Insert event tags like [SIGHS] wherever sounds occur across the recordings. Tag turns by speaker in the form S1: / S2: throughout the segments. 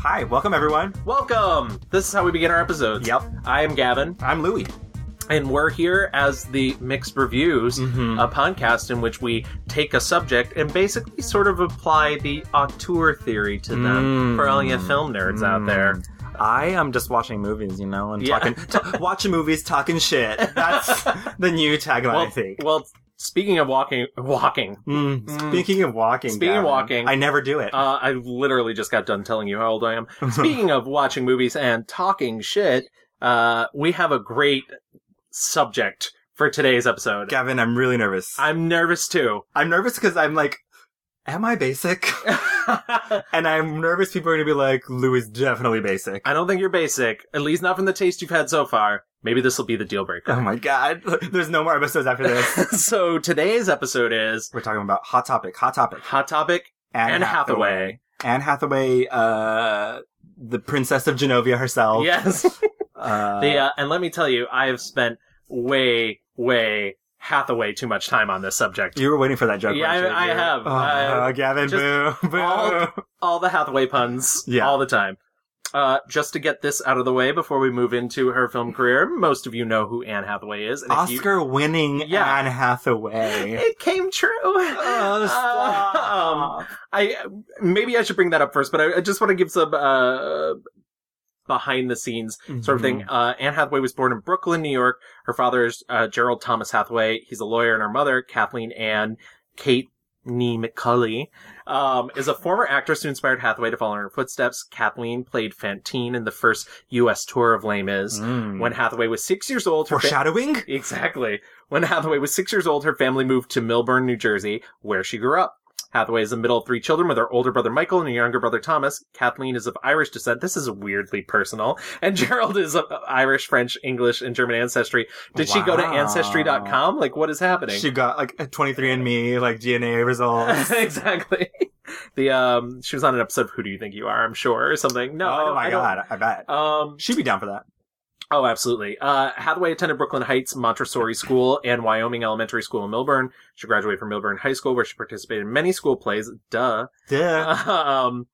S1: Hi, welcome everyone.
S2: Welcome! This is how we begin our episodes.
S1: Yep.
S2: I am Gavin,
S1: I'm Louie.
S2: and we're here as the Mixed Reviews,
S1: Mhm.
S2: a podcast in which we take a subject and basically sort of apply the auteur theory to them
S1: Mm.
S2: for all you film nerds
S1: Mm-hmm.
S2: out there.
S1: I am just watching movies, you know, and
S2: Yeah.
S1: talking,
S2: [LAUGHS]
S1: t- watching movies, talking shit. That's the new tagline, I
S2: Well,
S1: think.
S2: well, speaking of walking, walking,
S1: Mm,
S2: Mm.
S1: Speaking of walking,
S2: Speaking of
S1: Gavin,
S2: walking.
S1: I never do it.
S2: uh, I literally just got done telling you how old I
S1: [LAUGHS]
S2: am. Speaking of watching movies and talking shit, uh, we have a great subject for today's episode.
S1: Gavin, I'm really nervous. I'm,
S2: I'm nervous
S1: [LAUGHS]
S2: too. [LAUGHS]
S1: nervous because I'm like, am I basic? [LAUGHS] and I'm nervous people are gonna be like, Lou is definitely basic.
S2: I don't think you're basic, at least not from the taste you've had so far. Maybe this will be the deal
S1: Oh [LAUGHS]
S2: breaker. [LAUGHS]
S1: my god, there's no more episodes after this.
S2: so today's episode is
S1: We're talking about hot topic, hot topic,
S2: Hot Topic
S1: Anne,
S2: and Hathaway.
S1: Anne Hathaway, uh, the princess of Genovia herself.
S2: Yes.
S1: [LAUGHS] Uh,
S2: [LAUGHS] the, uh, and let me tell you, I have spent way, way Hathaway too much time on this subject.
S1: you were waiting for that joke.
S2: Yeah,
S1: weren't you?
S2: I- I
S1: You-
S2: have.
S1: Oh,
S2: I-
S1: Gavin,
S2: just
S1: boo, boo.
S2: [LAUGHS] all- All the Hathaway puns,
S1: Yeah.
S2: all the time. Uh, just to get this out of the way before we move into her film career, most of you know who Anne Hathaway is. and if you-
S1: Oscar-winning
S2: Yeah.
S1: Anne
S2: [LAUGHS]
S1: Hathaway.
S2: It came true. [LAUGHS]
S1: Oh,
S2: Uh, um,
S1: stop.
S2: I maybe I should bring that up first, but I, I just want to give some uh, behind the scenes sort of thing. Uh, Anne Hathaway was born in Brooklyn, New York. Her father is uh, Gerald Thomas Hathaway. He's a lawyer, and her mother, Kathleen Ann Kate Nee McCulley, um, is a former actress who inspired Hathaway to follow in her footsteps. Kathleen played Fantine in the first U.S. tour of Les Mis.
S1: Mm.
S2: When Hathaway was six years old, her fa-
S1: foreshadowing.
S2: [LAUGHS] Exactly. When Hathaway was six years old, her family moved to Milburn, New Jersey, where she grew up. Hathaway is the middle of three children with her older brother Michael and her younger brother Thomas. Kathleen is of Irish descent. This is weirdly personal. And [LAUGHS] Gerald is of Irish, French, English, and German ancestry. Did she go to
S1: Wow.
S2: ancestry.com? Like, what is happening? [LAUGHS]
S1: She got like a 23andMe like DNA results.
S2: exactly. The, um, she was on an episode of Who Do You Think You Are, I'm sure, or something. [LAUGHS] No. I
S1: oh
S2: don't-
S1: my
S2: I don't-
S1: god, I bet
S2: Um,
S1: she'd be down for that.
S2: Oh, absolutely. Uh, Hathaway attended Brooklyn Heights Montessori School and Wyoming Elementary School in Milburn. She graduated from Milburn High School, where she participated in many school plays.
S1: [LAUGHS]
S2: Duh. [LAUGHS]
S1: Yeah.
S2: um,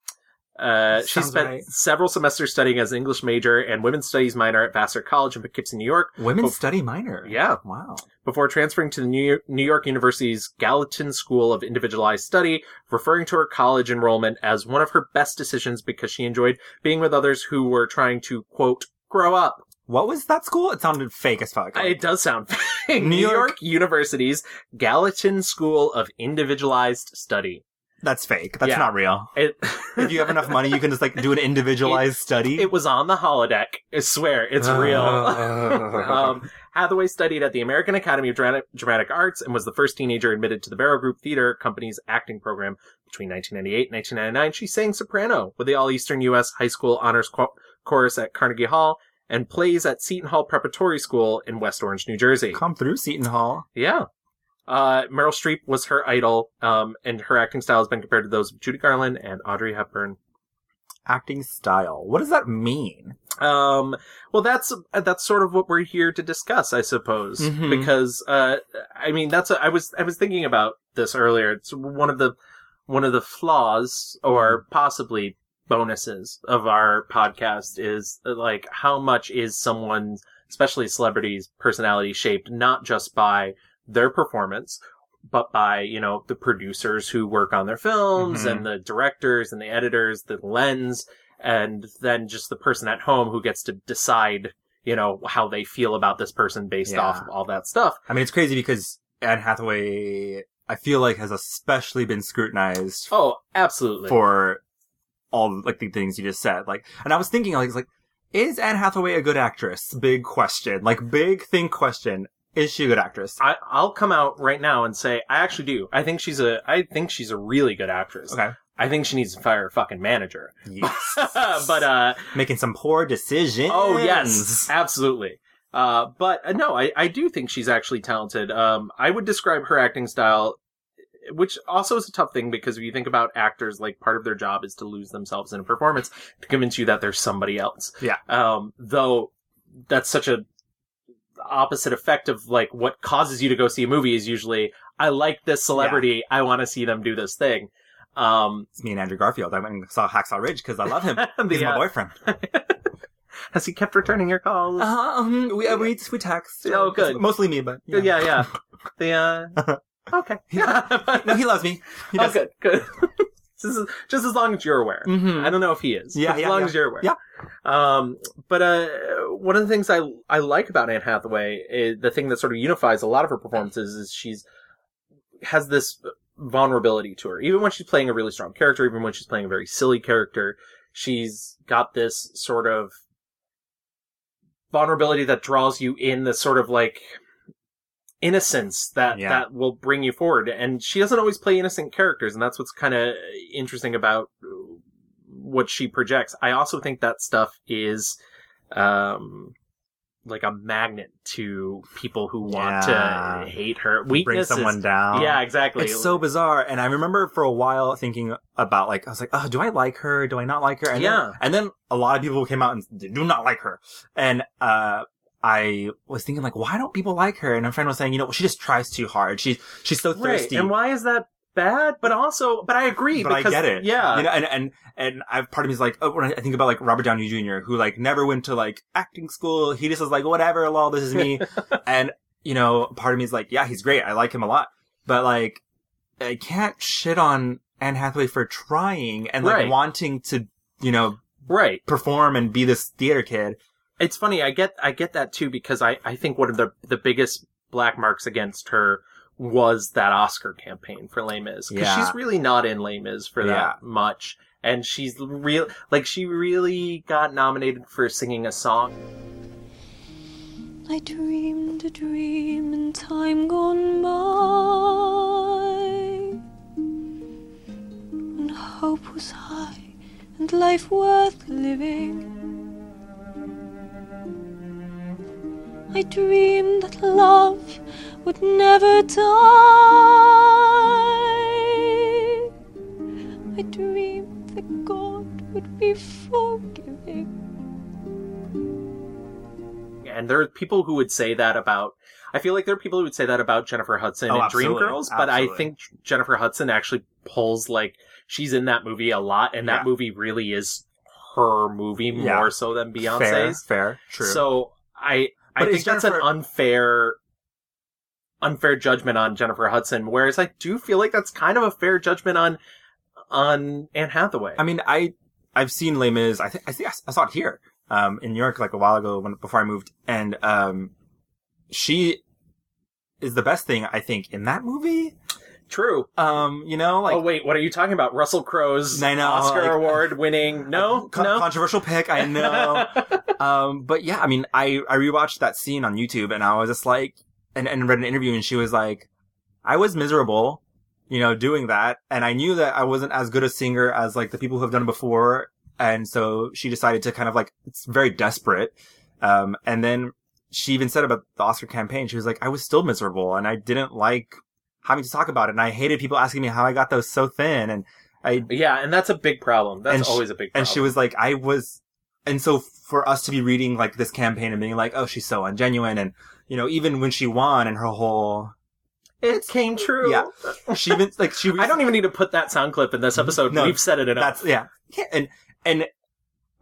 S2: uh, she
S1: Sounds
S2: spent
S1: right.
S2: several semesters studying as an English major and women's studies minor at Vassar College in Poughkeepsie, New York,
S1: Women
S2: Oh.
S1: study minor.
S2: Yeah.
S1: Wow.
S2: before transferring to the New New York University's Gallatin School of Individualized Study, referring to her college enrollment as one of her best decisions because she enjoyed being with others who were trying to, quote, grow up.
S1: What was that school? It sounded fake as fuck.
S2: It does
S1: [LAUGHS]
S2: sound fake.
S1: New
S2: New York.
S1: York
S2: University's Gallatin School of Individualized Study.
S1: That's fake. That's
S2: Yeah.
S1: not real.
S2: It,
S1: If
S2: [LAUGHS]
S1: you have enough money, you can just like do an individualized study.
S2: it was on the holodeck. I swear, it's
S1: Uh,
S2: [LAUGHS] real. um, Hathaway studied at the American Academy of Dramatic, Dramatic Arts and was the first teenager admitted to the Barrow Group Theater Company's acting program between 1998 and 1999. She sang soprano with the All Eastern U.S. High School Honors Cho- Chorus at Carnegie Hall and plays at Seton Hall Preparatory School in West Orange, New Jersey.
S1: Come through Seton Hall.
S2: Yeah. Uh, Meryl Streep was her idol, um, and her acting style has been compared to those of Judy Garland and Audrey Hepburn.
S1: Acting style. What does that mean?
S2: Um, well, that's that's sort of what we're here to discuss, I suppose,
S1: Mhm.
S2: because uh, I mean, that's a, I was I was thinking about this earlier. It's one of the one of the flaws, or possibly bonuses, of our podcast is uh, like how much is someone's, especially celebrities' personality shaped not just by their performance, but by you know the producers who work on their films
S1: Mhm.
S2: and the directors and the editors, the lens, and then just the person at home who gets to decide you know how they feel about this person based
S1: Yeah.
S2: off of all that stuff.
S1: I mean, it's crazy because Anne Hathaway, I feel like, has especially been scrutinized
S2: Oh, absolutely.
S1: for all like the things you just said. Like, and I was thinking, like, it's like, is Anne Hathaway a good actress? Big question. Like, big thing question. Is she a good
S2: [LAUGHS]
S1: actress?
S2: I, I'll come out right now and say I actually do. I think she's a I think she's a really good actress.
S1: Okay.
S2: I think she needs to fire a fucking manager. [LAUGHS]
S1: Yes.
S2: but uh
S1: making some poor decisions.
S2: oh yes, absolutely. Uh but uh, no, I I do think she's actually talented. Um I would describe her acting style which also is a tough thing because if you think about actors, like part of their job is to lose themselves in a performance to convince you that they're somebody else.
S1: Yeah.
S2: Um, though that's such a opposite effect of like what causes you to go see a movie is usually I like this celebrity, I want to see them do this thing. Um, [LAUGHS]
S1: It's me and Andrew Garfield. I went and saw Hacksaw Ridge because I love him. He's
S2: the,
S1: my
S2: uh,
S1: boyfriend.
S2: has he kept returning your calls?
S1: Uh, um, we, uh, we we text.
S2: Oh, good.
S1: Mostly me, but
S2: yeah, yeah.
S1: [LAUGHS]
S2: The uh, okay.
S1: No, he loves me. He
S2: [LAUGHS] oh,
S1: does.
S2: good, good. [LAUGHS] just, as- just as long as you're aware.
S1: Mhm.
S2: I don't know if he is.
S1: Yeah,
S2: as
S1: yeah,
S2: long
S1: yeah.
S2: as you're aware.
S1: Yeah.
S2: Um, but uh, one of the things I I like about Anne Hathaway, is the thing that sort of unifies a lot of her performances, is she's has this vulnerability to her. Even when she's playing a really strong character, even when she's playing a very silly character, she's got this sort of vulnerability that draws you in. This sort of like innocence that
S1: Yeah.
S2: that will bring you forward and she doesn't always play innocent characters and that's what's kind of interesting about what she projects i also think that stuff is um like a magnet to people who want
S1: Yeah.
S2: to hate her
S1: Bring
S2: weakness
S1: someone down.
S2: yeah exactly
S1: It's so bizarre, and I remember for a while thinking about like I was like, oh, do I like her? Do I not like her? And
S2: Yeah.
S1: Then, and then a lot of people came out and said, do not like her, and uh, I was thinking like, why don't people like her? And a friend was saying, you know, she just tries too hard. She's she's so
S2: right
S1: thirsty.
S2: and why is that bad but also but i agree
S1: but
S2: because
S1: I get it.
S2: yeah
S1: you know, and and and I part of me is like, oh, when I think about like Robert Downey Jr., who like never went to like acting school. He just was like, whatever, lol, this is
S2: [LAUGHS]
S1: me. and you know, part of me is like, yeah, he's great. I like him a lot, but like, I can't shit on Anne Hathaway for trying and like
S2: Right.
S1: wanting to, you know,
S2: right
S1: perform and be this theater kid.
S2: it's funny i get i get that too because i i think one of the the biggest black marks against her was that oscar campaign for Les Mis because
S1: Yeah.
S2: she's really not in Les Mis for
S1: Yeah.
S2: that much and she's real like she really got nominated for singing a song
S3: I dreamed a dream in time gone by when hope was high and life worth living. I dreamed that love would never die. I dreamed that God would be forgiving.
S2: and there are people who would say that about I feel like there are people who would say that about Jennifer Hudson
S1: Oh,
S2: and
S1: absolutely.
S2: Dreamgirls, but I
S1: Absolutely.
S2: think Jennifer Hudson actually pulls like she's in that movie a lot, and that
S1: Yeah.
S2: movie really is her movie
S1: Yeah.
S2: more so than Beyonce's.
S1: Fair, fair, true.
S2: So I I
S1: But
S2: think
S1: is
S2: that's an
S1: Jennifer-
S2: unfair unfair judgment on Jennifer Hudson, whereas I do feel like that's kind of a fair judgment on on Anne Hathaway.
S1: I mean, I I've seen Les Mis. I think I think I s- I saw it here um, in New York like a while ago when before I moved, and um, she is the best thing I think in that movie.
S2: True.
S1: Um, you know, like
S2: oh wait, what are you talking about? Russell Crowe's
S1: I know,
S2: Oscar
S1: like- [LAUGHS]
S2: award winning? No,
S1: con-
S2: no.
S1: controversial pick. I
S2: [LAUGHS]
S1: know. um, but yeah, I mean, I I rewatched that scene on YouTube, and I was just like, and and read an interview, and she was like, I was miserable. You know, doing that, and I knew that I wasn't as good a singer as like the people who have done it before, and so she decided to kind of like it's very desperate um and then she even said about the oscar campaign she was like i was still miserable and i didn't like having to talk about it and i hated people asking me how i got those so thin and i
S2: yeah, and that's a big problem. That's
S1: And she-
S2: always a big problem.
S1: and she was like i was and so for us to be reading like this campaign and being like oh she's so ungenuine and you know even when she won and her whole
S2: it came true.
S1: Yeah. she
S2: [LAUGHS]
S1: even like she
S2: I don't even need to put that sound clip in this episode.
S1: No,
S2: We've said it enough.
S1: That's yeah. yeah, and and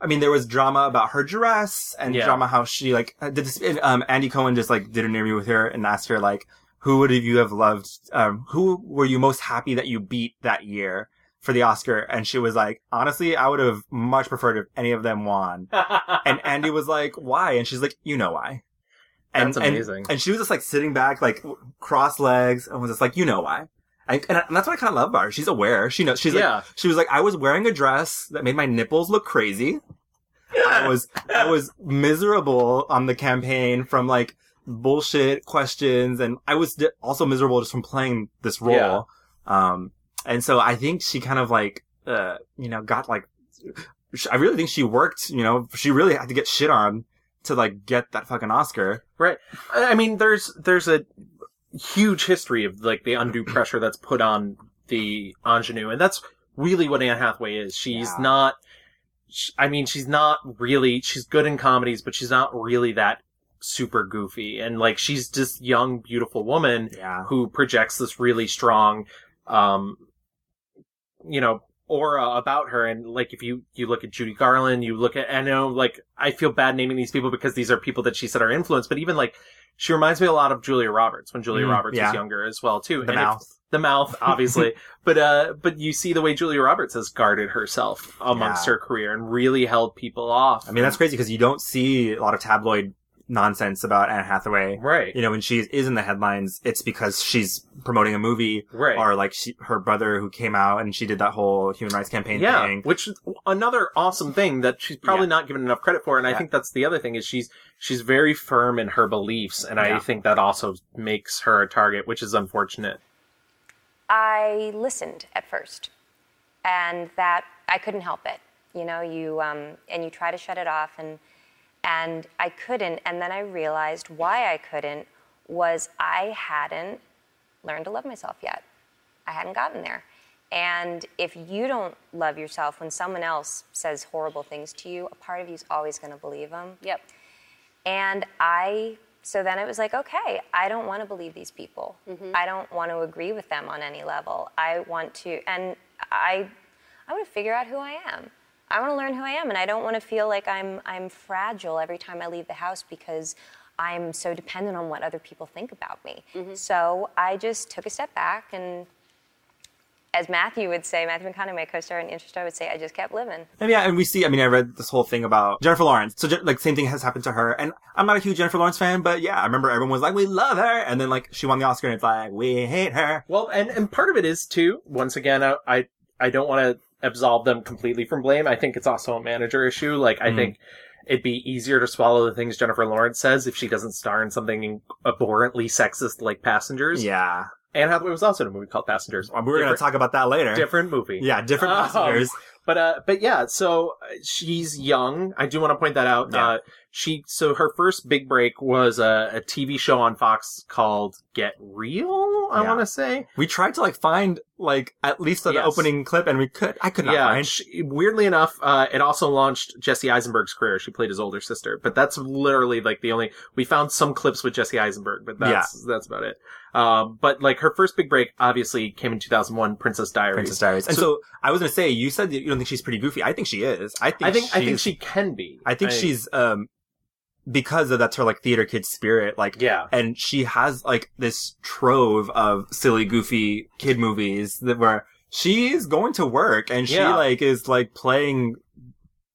S1: I mean there was drama about her dress and
S2: Yeah.
S1: drama how she like uh, did this. and, Um, Andy Cohen just like did an interview with her and asked her like, who would have you have loved? Um, who were you most happy that you beat that year for the Oscar? And she was like, honestly, I would have much preferred if any of them won.
S2: [LAUGHS]
S1: And Andy was like, why? And she's like, you know why. And,
S2: That's
S1: and-
S2: amazing.
S1: And she was just like sitting back, like w- cross legs, and was just like, you know why. And, and, I- and that's what I kind of love about her. She's aware. She knows. She's like,
S2: yeah.
S1: she was like, I was wearing a dress that made my nipples look crazy. I was I was miserable on the campaign from like bullshit questions, and I was di- also miserable just from playing this role.
S2: Yeah.
S1: Um, and so I think she kind of like uh, you know got like sh- I really think she worked. You know, she really had to get shit on to like get that fucking Oscar.
S2: I I mean, there's there's a huge history of like
S1: [CLEARS THROAT]
S2: the undue pressure that's put on the ingenue, and that's really what Anne Hathaway is. She's
S1: Yeah.
S2: not. sh I mean, she's not really. She's good in comedies, but she's not really that super goofy. And like, she's just young, beautiful woman
S1: Yeah.
S2: who projects this really strong um you know, aura about her. And like, if you, you look at Judy Garland, you look at, I know, like, I feel bad naming these people because these are people that she said are influenced, but even like, she reminds me a lot of Julia Roberts when Julia
S1: Mm,
S2: Roberts
S1: yeah.
S2: was younger as well, too.
S1: The
S2: And if-
S1: mouth. [LAUGHS]
S2: the mouth, obviously. but, uh, but you see the way Julia Roberts has guarded herself amongst
S1: Yeah.
S2: her career and really held people off.
S1: I mean, that's crazy because you don't see a lot of tabloid nonsense about Anne Hathaway.
S2: right.
S1: You know, when she is in the headlines, it's because she's promoting a movie
S2: Right.
S1: or like she, her brother who came out and she did that whole human rights campaign
S2: yeah,
S1: thing.
S2: which is another awesome thing that she's probably
S1: Yeah.
S2: not given enough credit for, and I
S1: Yeah.
S2: think that's the other thing is she's she's very firm in her beliefs, and I
S1: Yeah.
S2: think that also makes her a target, which is unfortunate.
S4: I listened at first, and that I couldn't help it. You know, you um, and you try to shut it off, and and I couldn't. And then I realized why I couldn't was I hadn't learned to love myself yet. I hadn't gotten there. And if you don't love yourself when someone else says horrible things to you, a part of you is always going to believe them.
S5: Yep.
S4: And I, so then it was like, okay, I don't want to believe these people. I don't want to agree with them on any level. I want to, and I, I want to figure out who I am. I want to learn who I am, and I don't want to feel like I'm, I'm fragile every time I leave the house because I'm so dependent on what other people think about me. So I just took a step back, and as Matthew would say, Matthew McConaughey, my co-star and interest would say, I just kept living.
S1: And yeah, and we see, I mean, I read this whole thing about Jennifer Lawrence. So, Je- like, same thing has happened to her. And I'm not a huge Jennifer Lawrence fan, but yeah, I remember everyone was like, we love her. And then, like, she won the Oscar and it's like, we hate her.
S2: Well, and and part of it is too. Once again, I I, I don't want to absolve them completely from blame. I think it's also a manager issue. Like I think it'd be easier to swallow the things Jennifer Lawrence says if she doesn't star in something abhorrently sexist like Passengers.
S1: Yeah.
S2: Anne Hathaway was also in a movie called Passengers.
S1: Well, We're going to
S2: Different-
S1: talk about that later.
S2: different movie.
S1: Yeah, different
S2: Um,
S1: passengers.
S2: But uh, but yeah, so uh, she's young. I do want to point that out.
S1: Yeah.
S2: Uh, she so her first big break was a, a TV show on Fox called Get Real. I
S1: Yeah.
S2: want to say.
S1: We tried to, like, find, like, at least an
S2: Yes.
S1: opening clip and we could, I could not
S2: yeah.
S1: find.
S2: she- weirdly enough, uh, it also launched Jesse Eisenberg's career. She played his older sister, but that's literally like the only we found some clips with Jesse Eisenberg, but that's that's about it. Um, but like her first big break obviously came in 2001, Princess Diaries.
S1: Princess Diaries. And so, I was going to say, you said that you don't think she's pretty goofy. I think she is. I think
S2: I think I think
S1: she's-
S2: she can be.
S1: I think she's um because of that's her like theater kid spirit, like
S2: Yeah.
S1: and she has like this trove of silly, goofy kid movies that where she is going to work and she
S2: Yeah.
S1: like is like playing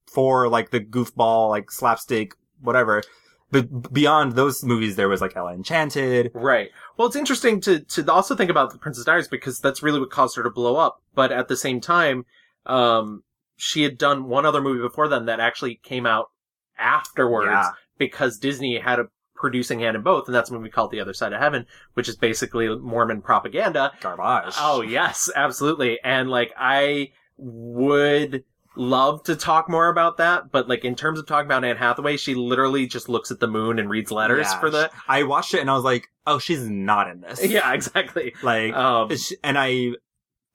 S1: for like the goofball, like slapstick, whatever. But beyond those movies, there was like Ella Enchanted.
S2: Right. Well, it's interesting to to also think about the Princess Diaries because that's really what caused her to blow up. But at the same time, um, she had done one other movie before then that actually came out afterwards
S1: Yeah.
S2: because Disney had a producing hand in both, and that's a movie called The Other Side of Heaven, which is basically Mormon propaganda.
S1: Garbage.
S2: Oh yes, [LAUGHS] absolutely. And like I would love to talk more about that, but like in terms of talking about Anne Hathaway, she literally just looks at the moon and reads letters
S1: Yeah.
S2: for the [LAUGHS]
S1: I watched it and I was like, oh, she's not in this.
S2: Yeah, exactly.
S1: Like,
S2: Um,
S1: Sh- and I,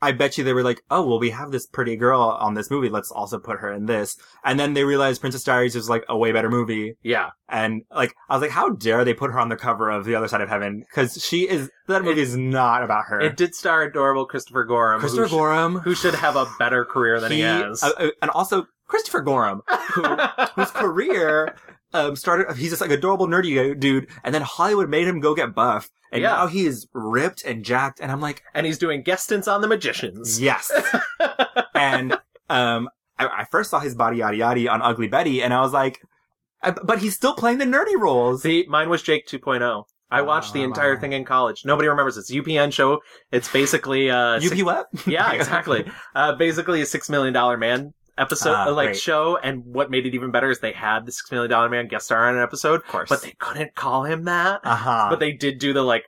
S1: I bet you they were like, oh, well, we have this pretty girl on this movie. Let's also put her in this. And then they realized Princess Diaries is like a way better movie.
S2: yeah.
S1: And like, I was like, how dare they put her on the cover of The Other Side of Heaven? Cause she is, that movie
S2: It-
S1: is not about her.
S2: It did star adorable Christopher Gorham.
S1: Christopher
S2: who sh-
S1: Gorham.
S2: who should have a better career than he, has.
S1: uh, uh, and also Christopher Gorham, who,
S2: [LAUGHS]
S1: whose career, um, started, he's just like adorable nerdy dude. And then Hollywood made him go get buff. And
S2: Yeah.
S1: now he is ripped and jacked. And I'm like,
S2: and he's doing guest stints on The Magicians.
S1: Yes.
S2: [LAUGHS]
S1: and um, I, I first saw his body yada yada on Ugly Betty, and I was like, I- but he's still playing the nerdy roles.
S2: See, mine was Jake 2.0. I watched the
S1: Ah.
S2: entire thing in college. Nobody remembers it. It's a UPN show. It's
S1: [LAUGHS]
S2: basically uh
S1: You
S2: six-
S1: be what?
S2: yeah, exactly. Uh basically a 6 million dollar man episode
S1: Ah,
S2: uh, like
S1: great. show
S2: show and what made it even better is they had the 6 million dollar man guest star on an episode,
S1: of course.
S2: but they couldn't call him that.
S1: uh huh.
S2: but they did do the like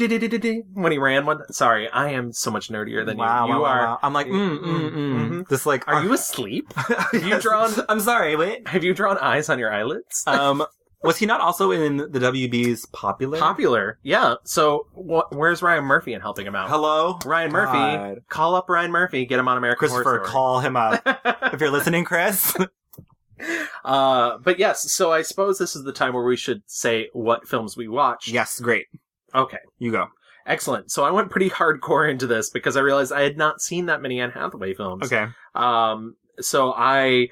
S2: when he ran one. Sorry, I am so much nerdier than
S1: wow,
S2: you.
S1: wow,
S2: You
S1: wow,
S2: are.
S1: wow. I'm like, mm, mm, mm.
S2: Mhm.
S1: Just like, [LAUGHS]
S2: Are you asleep?
S1: Have
S2: you drawn-
S1: [LAUGHS] I'm sorry. Wait.
S2: Have you drawn eyes on your eyelids?
S1: Um, was he not also in the WB's Popular?
S2: Popular, yeah. So wh- where's Ryan Murphy in helping him out?
S1: Hello,
S2: Ryan
S1: God.
S2: Murphy, call up Ryan Murphy, get him on American
S1: Christopher,
S2: Horror Story.
S1: call him
S2: [LAUGHS]
S1: up if you're listening, Chris.
S2: Uh, but yes, so I suppose this is the time where we should say what films we watched.
S1: yes, great.
S2: Okay.
S1: You go.
S2: Excellent. So I went pretty hardcore into this because I realized I had not seen that many Anne Hathaway films.
S1: Okay.
S2: Um, so I,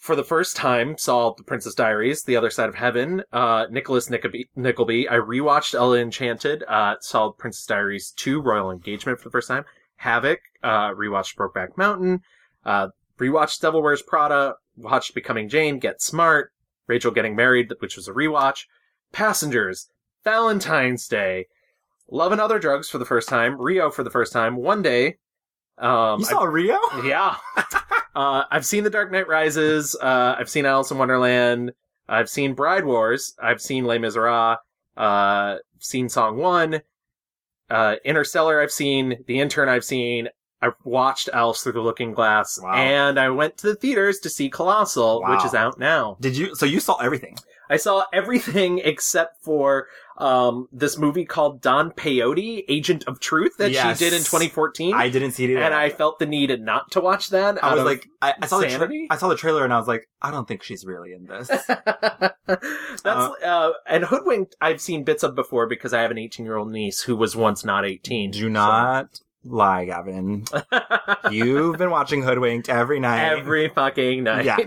S2: for the first time, saw The Princess Diaries, The Other Side of Heaven, uh, Nicholas Nickleby, Nickleby. I rewatched Ella Enchanted, uh, saw Princess Diaries 2, Royal Engagement for the first time, Havoc, uh, rewatched Brokeback Mountain, uh, rewatched Devil Wears Prada, watched Becoming Jane, Get Smart, Rachel Getting Married, which was a rewatch, Passengers, Valentine's Day, Love and Other Drugs for the first time, Rio for the first time, One Day. Um,
S1: you saw Rio?
S2: yeah. Uh, I've seen The Dark Knight Rises. Uh, I've seen Alice in Wonderland. I've seen Bride Wars. I've seen Les Miserables. Uh, seen Song One. Uh, Interstellar. I've seen The Intern. I've seen. I've watched Alice Through the Looking Glass,
S1: Wow.
S2: and I went to the theaters to see Colossal,
S1: Wow.
S2: which is out now.
S1: Did you? So you saw everything?
S2: I saw everything [LAUGHS] except for um, this movie called Don Peyote, Agent of Truth, that
S1: Yes.
S2: she did in 2014.
S1: I didn't see it. Either.
S2: and I felt the need not to watch that.
S1: I
S2: out
S1: was
S2: of-
S1: like, I, I saw the tra-
S2: insanity?
S1: I saw the trailer and I was like, I don't think she's really in
S2: [LAUGHS]
S1: this.
S2: That's uh, and hoodwinked. I've seen bits of before because I have an 18 year old niece who was once not 18.
S1: Do not lie,
S2: [LAUGHS]
S1: Gavin. You've been watching Hoodwinked every night.
S2: every
S1: [LAUGHS]
S2: fucking night.
S1: Yeah.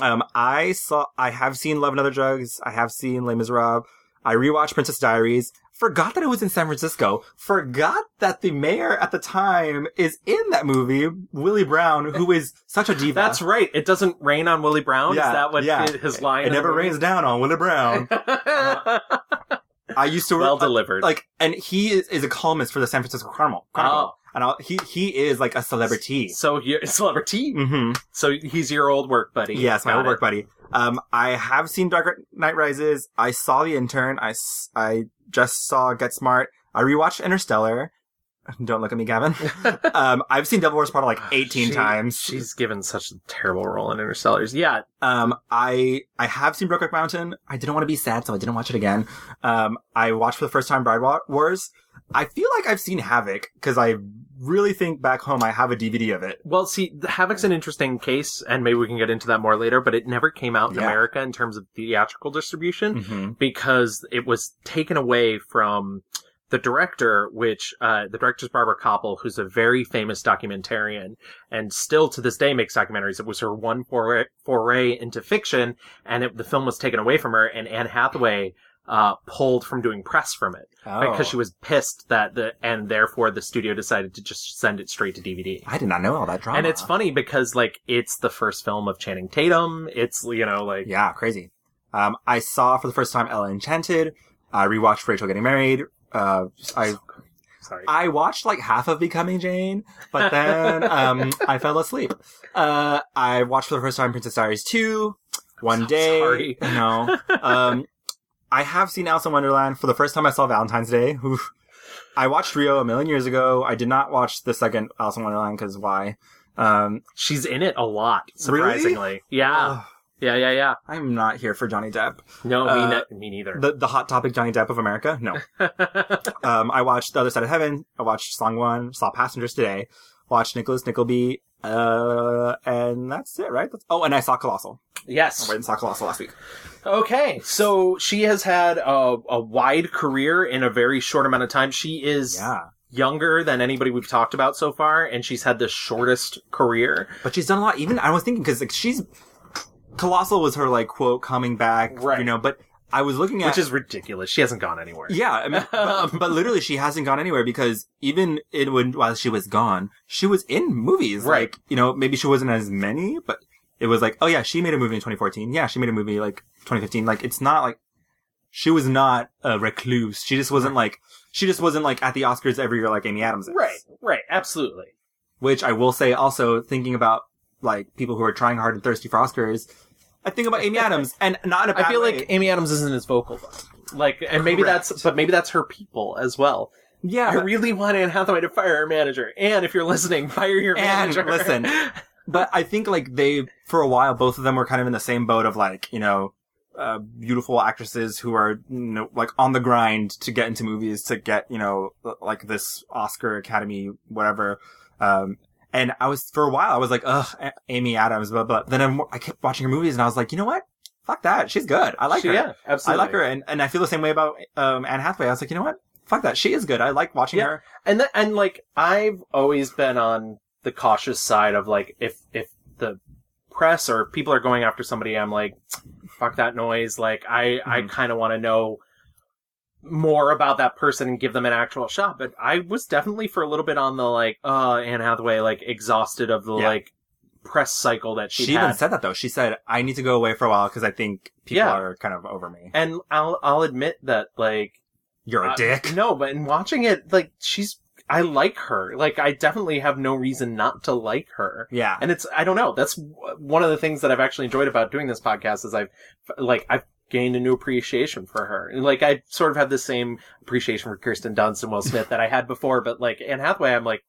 S1: Um, I saw, I have seen Love and Other Drugs. I have seen Les Miserables. I rewatched Princess Diaries. Forgot that it was in San Francisco. Forgot that the mayor at the time is in that movie, Willie Brown, who is such a diva.
S2: [LAUGHS] That's right. It doesn't rain on Willie Brown.
S1: Yeah,
S2: Is that what
S1: yeah.
S2: hi- his line?
S1: It
S2: in the
S1: never
S2: movie- [LAUGHS]
S1: rains down on Willie Brown. I used to work,
S2: well delivered. Uh,
S1: like, and he is, is a columnist for the San Francisco Chronicle. Chronicle. And I'll, he he is like a celebrity.
S2: so you're celebrity.
S1: Mm-hmm.
S2: So he's your old work buddy.
S1: Yes, my
S2: Got
S1: old
S2: it.
S1: work buddy. Um, I have seen Dark Knight Rises. I saw The Intern. I, s- I just saw Get Smart. I rewatched Interstellar. [LAUGHS] Don't look at me, Gavin.
S2: [LAUGHS]
S1: um, I've seen Devil Wears Prada like 18
S2: Ah, She-
S1: times.
S2: She's given such a terrible role in Interstellars. Yeah,
S1: Um, I, I have seen Brokeback Mountain. I didn't want to be sad, so I didn't watch it again. Um, I watched for the first time Bride Wa- Wars. I feel like I've seen Havoc because I really think back home I have a DVD of it.
S2: Well, see, the Havoc's an interesting case, and maybe we can get into that more later, but it never came out in
S1: Yeah. Mm-hmm.
S2: America in terms of theatrical distribution because it was taken away from the director, which, uh, the director's Barbara Koppel, who's a very famous documentarian and still to this day makes documentaries. It was her one foray, foray into fiction, and it, the film was taken away from her, and Anne Hathaway, uh, pulled from doing press from it
S1: Oh.
S2: because she was pissed that the, and therefore the studio decided to just send it straight to DVD.
S1: I did not know all that drama.
S2: And it's funny because like it's the first film of Channing Tatum. It's you know like
S1: Yeah, crazy. Um, I saw for the first time Ella Enchanted. I rewatched Rachel Getting Married. Uh, I
S2: sorry.
S1: I watched like half of Becoming Jane, but then um, I fell asleep. Uh, I watched for the first time Princess Diaries two. One
S2: So
S1: day,
S2: sorry.
S1: no. Um, I have seen Alice in Wonderland for the first time. I saw Valentine's Day. Oof. I watched Rio a million years ago. I did not watch the second Alice in Wonderland because why? Um,
S2: She's in it a lot,
S1: Really?
S2: surprisingly. Yeah.
S1: ugh,
S2: yeah, yeah, yeah.
S1: I'm not here for Johnny Depp.
S2: No, me,
S1: Uh,
S2: ne- me neither.
S1: the the hot topic Johnny Depp of America? No. um, I watched The Other Side of Heaven. I watched Song One. Saw Passengers today. Watched Nicholas Nickleby. Uh, and that's it, right? That's, oh, and I saw Colossal. I
S2: [LAUGHS] yes.
S1: went and saw Colossal last week.
S2: Okay. So she has had a, a wide career in a very short amount of time. She is
S1: Yeah,
S2: younger than anybody we've talked about so far, and she's had the shortest career.
S1: but she's done a lot. Even I was thinking because like she's Colossal was her like quote coming back,
S2: Right.
S1: You know, but I was looking at
S2: Which is ridiculous. She hasn't gone anywhere.
S1: Yeah, I mean, but,
S2: [LAUGHS]
S1: but literally, she hasn't gone anywhere because even in when while she was gone, she was in movies.
S2: Right.
S1: Like, you know, maybe she wasn't as many, but it was like, oh yeah, she made a movie in 2014. Yeah, she made a movie like 2015. Like, it's not like she was not a recluse. She just wasn't like she just wasn't like at the Oscars every year like Amy Adams is.
S2: Right, right, absolutely.
S1: Which I will say, also thinking about like people who are trying hard and thirsty for Oscars, I think about Amy Adams, and not [LAUGHS] in a bad
S2: I feel
S1: way.
S2: like Amy Adams isn't as vocal. Though. Like, and maybe
S1: Correct.
S2: that's, but maybe that's her people as well.
S1: yeah,
S2: I
S1: but-
S2: really want Anne Hathaway to fire her manager. And if you're listening, fire your
S1: And
S2: manager.
S1: listen, but I think like they for a while both of them were kind of in the same boat of like you know uh, beautiful actresses who are you know like on the grind to get into movies to get you know like this Oscar Academy whatever. Um, and I was for a while I was like ugh A- Amy Adams but but then I'm, I kept watching her movies and I was like you know what fuck that she's good I like
S2: She-
S1: her
S2: Yeah,
S1: I
S2: absolutely.
S1: like her and, and I feel the same way about um, Anne Hathaway I was like you know what fuck that. She is good. I like watching
S2: Yeah.
S1: her.
S2: And th- and like I've always been on the cautious side of like if if the press or people are going after somebody, I'm like, fuck that noise. Like I I
S1: Mhm.
S2: kind of want to know more about that person and give them an actual shot. But I was definitely for a little bit on the like uh Anne Hathaway like exhausted of the
S1: Yeah.
S2: like press cycle that she,
S1: She
S2: had.
S1: even said that though. She said, "I need to go away for a while because I think people
S2: Yeah.
S1: are kind of over me."
S2: and I'll I'll admit that like
S1: You're a
S2: Uh,
S1: dick.
S2: No, but in watching it, like she's, I like her. Like I definitely have no reason not to like her.
S1: Yeah.
S2: And it's, I don't know. That's w- one of the things that I've actually enjoyed about doing this podcast is I've, like, I've gained a new appreciation for her. And like, I sort of have the same appreciation for Kirsten Dunst
S1: [LAUGHS]
S2: and Will Smith that I had before, but like Anne Hathaway, I'm like,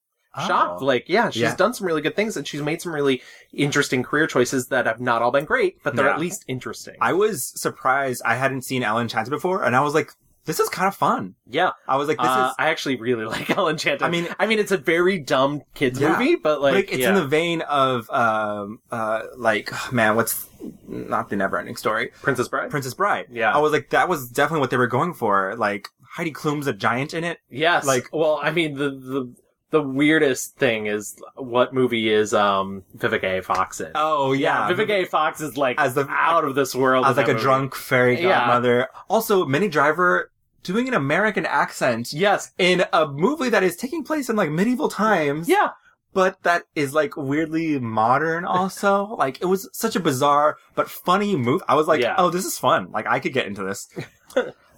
S2: shocked.
S1: Oh.
S2: Like, yeah, she's
S1: Yeah.
S2: done some really good things and she's made some really interesting career choices that have not all been great, but they're
S1: Yeah.
S2: at least interesting.
S1: I was surprised. I hadn't seen Ellen Chance before, and I was like, "This is kind of fun."
S2: yeah.
S1: I was like, "This
S2: Uh,
S1: is."
S2: I actually really [LAUGHS] like Ellen Chanter.
S1: I mean-
S2: I mean, it's a very dumb kids
S1: Yeah.
S2: movie, but like,
S1: like, it's in the vein of um uh like [SIGHS] man what's not the never ending story
S2: Princess Bride.
S1: princess bride
S2: Yeah.
S1: i was like that was definitely what they were going for like heidi klum's a giant in it
S2: yes,
S1: like-
S2: like, well, I mean, the the the weirdest thing is what movie is um Vivica A. Fox in?
S1: oh
S2: yeah, Vivica A. Fox is like
S1: As the-
S2: out of this world
S1: as
S2: in
S1: like
S2: that
S1: a
S2: movie.
S1: drunk fairy
S2: Yeah.
S1: godmother also minnie driver doing an american accent
S2: Yes,
S1: in a movie that is taking place in like medieval times
S2: yeah,
S1: but that is like weirdly modern also like it was such a bizarre but funny move i was like
S2: Yeah.
S1: oh this is fun like i could get into this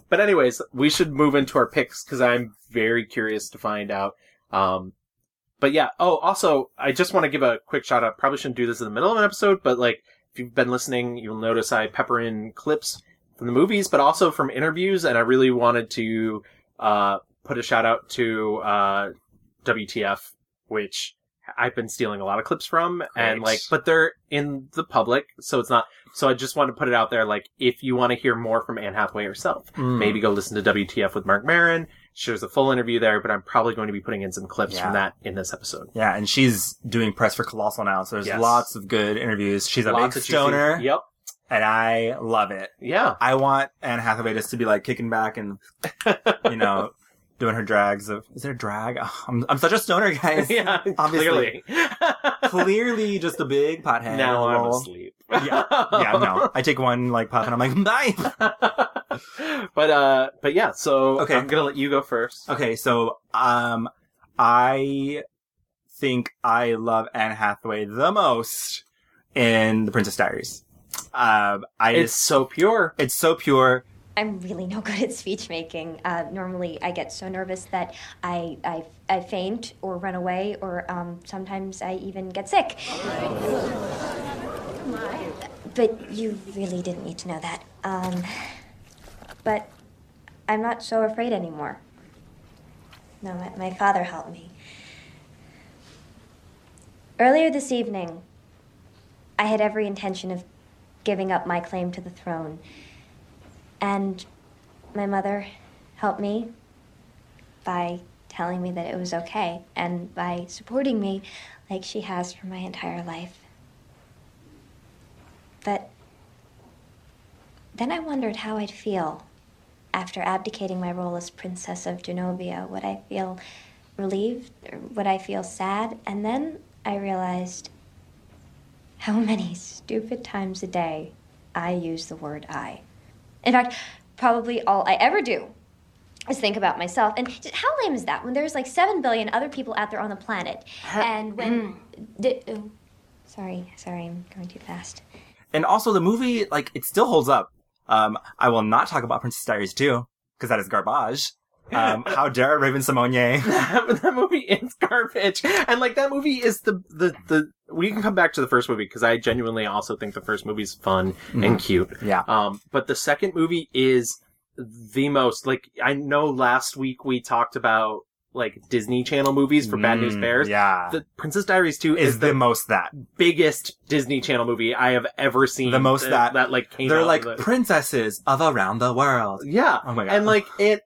S2: But anyways, we should move into our picks because I'm very curious to find out. Um, but yeah. Oh, also, I just want to give a quick shout out. Probably shouldn't do this in the middle of an episode, but like, if you've been listening, you'll notice I pepper in clips from the movies, but also from interviews. And I really wanted to, uh, put a shout out to, uh, WTF, which I've been stealing a lot of clips from and
S1: Great.
S2: like, but they're in the public. So it's not, so I just want to put it out there. Like, if you want to hear more from Anne Hathaway herself,
S1: Mm-hmm.
S2: maybe go listen to WTF with Mark Marin. There's a full interview there, but I'm probably going to be putting in some clips
S1: Yeah.
S2: from that in this episode.
S1: Yeah, and she's doing press for Colossal now, so there's
S2: Yes.
S1: lots of good interviews. She's a
S2: Lots
S1: big
S2: of juicy-
S1: stoner,
S2: Yep.
S1: and I love it.
S2: Yeah.
S1: I want Anne Hathaway just to be like kicking back and,
S2: [LAUGHS]
S1: you know, doing her drags of, is there a drag? Oh, I'm, I'm such a stoner, guys.
S2: [LAUGHS] yeah.
S1: obviously.
S2: Clearly. [LAUGHS]
S1: Clearly just a big pothead.
S2: now I'm
S1: Well,
S2: asleep.
S1: Yeah.
S2: [LAUGHS]
S1: Yeah, no. I take one like puff and I'm like, [LAUGHS] bye.
S2: but uh, but yeah. So
S1: Okay.
S2: I'm gonna let you go first.
S1: Okay, so, um, I think I love Anne Hathaway the most in The Princess Diaries. Um, I
S2: It's so pure.
S1: It's so pure.
S5: I'm really no good at speech making. Uh, normally, I get so nervous that I, I, I faint or run away, or um, sometimes I even get sick. But you really didn't need to know that. Um, but I'm not so afraid anymore. No, my, my father helped me. Earlier this evening, I had every intention of giving up my claim to the throne. And my mother helped me by telling me that it was okay and by supporting me like she has for my entire life. But then I wondered how I'd feel after abdicating my role as Princess of Genovia. Would I feel relieved or would I feel sad? And then I realized how [LAUGHS] many stupid times a day I use the word I. In fact, probably all I ever do is think about myself. And just- how lame is that when there's like 7 billion other people out there on the planet? And
S6: Mm.
S5: when. D- oh, sorry, sorry, I'm going too fast.
S1: And also the movie, like, it still holds up. Um, I will not talk about Princess Diaries 2, because that is garbage.
S2: [LAUGHS]
S1: Um, how dare Raven Simone? [LAUGHS]
S2: that movie is garbage, and like that movie is the the the. We can come back to the first movie because I genuinely also think the first movie's fun and cute.
S1: Mm-hmm. yeah.
S2: Um, but the second movie is the most like I know. Last week we talked about like Disney Channel movies for Bad News
S1: Mm,
S2: Bears.
S1: Yeah.
S2: The Princess Diaries two
S1: is
S2: is, the
S1: the most that.
S2: biggest Disney Channel movie I have ever seen.
S1: The most that-
S2: that like came.
S1: They're
S2: out
S1: like
S2: of the-
S1: princesses of around the world.
S2: yeah.
S1: Oh my God.
S2: And like it,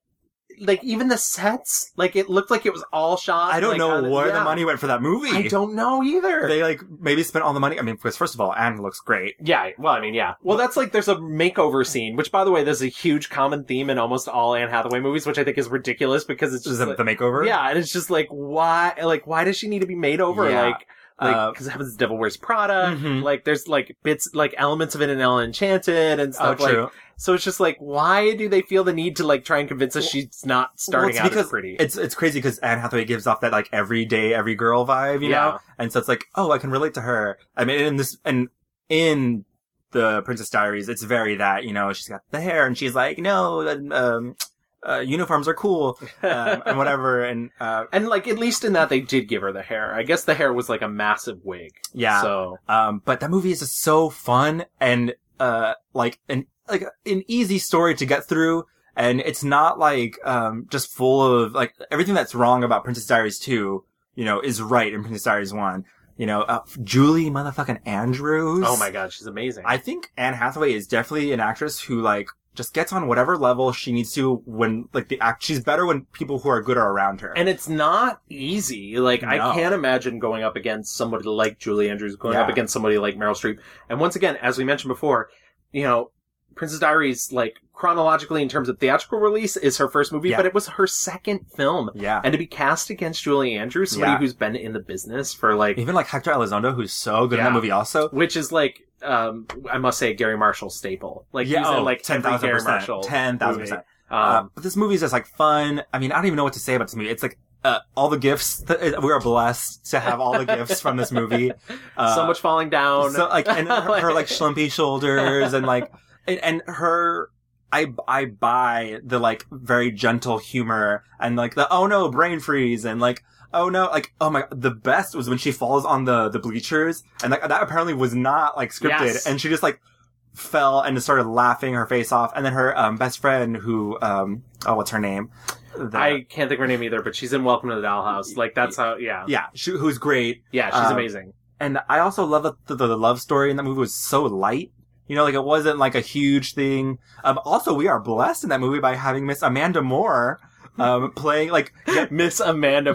S2: like even the sets, like it looked like it was all shot.
S1: I don't
S2: like,
S1: know
S2: on-
S1: where
S2: yeah.
S1: the money went for that movie.
S2: I don't know either.
S1: They like maybe spent all the money. I mean, because first of all, Anne looks great.
S2: yeah, well, I mean, yeah. Well, that's like there's a makeover scene, which, by the way, there's a huge common theme in almost all Anne Hathaway movies, which I think is ridiculous because it's just
S1: Is it
S2: like-
S1: the makeover?
S2: yeah, and it's just like why, like why does she need to be made over?
S1: Yeah.
S2: Like,
S1: Uh,
S2: like because Heaven's Devil Wears Prada.
S1: Mhm.
S2: Like there's like bits, like elements of it in Ellen Enchanted and
S1: Oh,
S2: stuff. like
S1: true.
S2: So it's just like, why do they feel the need to like try and convince us she's not
S1: Well,
S2: starting
S1: it's
S2: out as
S1: because
S2: pretty?
S1: It's it's crazy because Anne Hathaway gives off that like every day, every girl vibe, you
S2: Yeah.
S1: know. And so it's like, oh, I can relate to her. I mean, in this and in the Princess Diaries, it's very that you know she's got the hair and she's like, no, um, uh, uniforms are
S2: [LAUGHS]
S1: cool um, and whatever. And uh,
S2: and like at least in that they did give her the hair. I guess the hair was like a massive wig.
S1: yeah,
S2: So
S1: um, but that movie is just so fun and uh, like an like an easy story to get through. And it's not like um, just full of like everything that's wrong about Princess Diaries two, you know, is right in Princess Diaries one. You know, uh, Julie motherfucking Andrews.
S2: oh my god, she's amazing.
S1: I think Anne Hathaway is definitely an actress who like just gets on whatever level she needs to when like the act. She's better when people who are good are around her.
S2: and it's not easy. Like
S1: No.
S2: I can't imagine going up against somebody like Julie Andrews, going
S1: Yeah.
S2: up against somebody like Meryl Streep. And once again, as we mentioned before, you know, Princess Diaries, like chronologically in terms of theatrical release, is her first movie,
S1: Yeah.
S2: but it was her second film.
S1: yeah,
S2: And to be cast against Julie Andrews, somebody
S1: Yeah.
S2: who's been in the business for like
S1: even like Hector Elizondo, who's so good in that
S2: Yeah.
S1: movie, also.
S2: which is like um I must say Gary Marshall staple. Like he's in like every Gary Marshall.
S1: oh, ten thousand
S2: movie.
S1: percent.
S2: Um,
S1: Uh, but this movie is just like fun. I mean, I don't even know what to say about this movie. It's like uh, all the gifts. That, uh, we are blessed to have all the gifts from this movie. Uh,
S2: so much falling down.
S1: so, like
S2: [LAUGHS]
S1: and her, her like schlumpy shoulders and like and, and her. I, I buy the like very gentle humor and like the oh no brain freeze and like oh no like oh my the best was when she falls on the the bleachers and like that apparently was not like scripted
S2: Yes.
S1: and she just like fell and just started laughing her face off and then her um, best friend who um oh what's her name The-
S2: I can't think of her name either, but she's in Welcome to the Dollhouse. Like that's how yeah.
S1: yeah she, who's great
S2: Yeah, she's
S1: Um,
S2: amazing. [LAUGHS]
S1: and I also love that the, the love story in that movie was so light. You know, like it wasn't like a huge thing. Um, also, we are blessed in that movie by having Miss Amanda Moore
S2: [LAUGHS]
S1: um, playing like yeah,
S2: Miss Amanda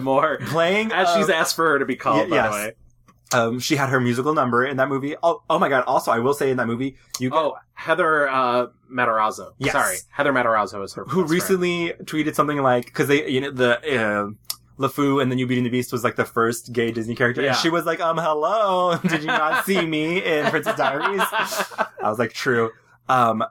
S1: [LAUGHS]
S2: Moore.
S1: playing
S2: As she's
S1: um,
S2: asked for her to be called,
S1: y-
S2: by
S1: yes.
S2: the way.
S1: um, she had her musical number in that movie. Oh, oh my god! Also, I will say in that movie, you get,
S2: Oh, Heather uh, Matarazzo.
S1: Yes.
S2: Sorry, Heather Matarazzo is her.
S1: who
S2: best friend.
S1: recently tweeted something like because they you know the uh, LeFou and the New Beauty and the Beast was like the first gay Disney character,
S2: Yeah.
S1: and she was like, "Um, hello, [LAUGHS] did you not see me in Princess Diaries?" I was like, "True." Um,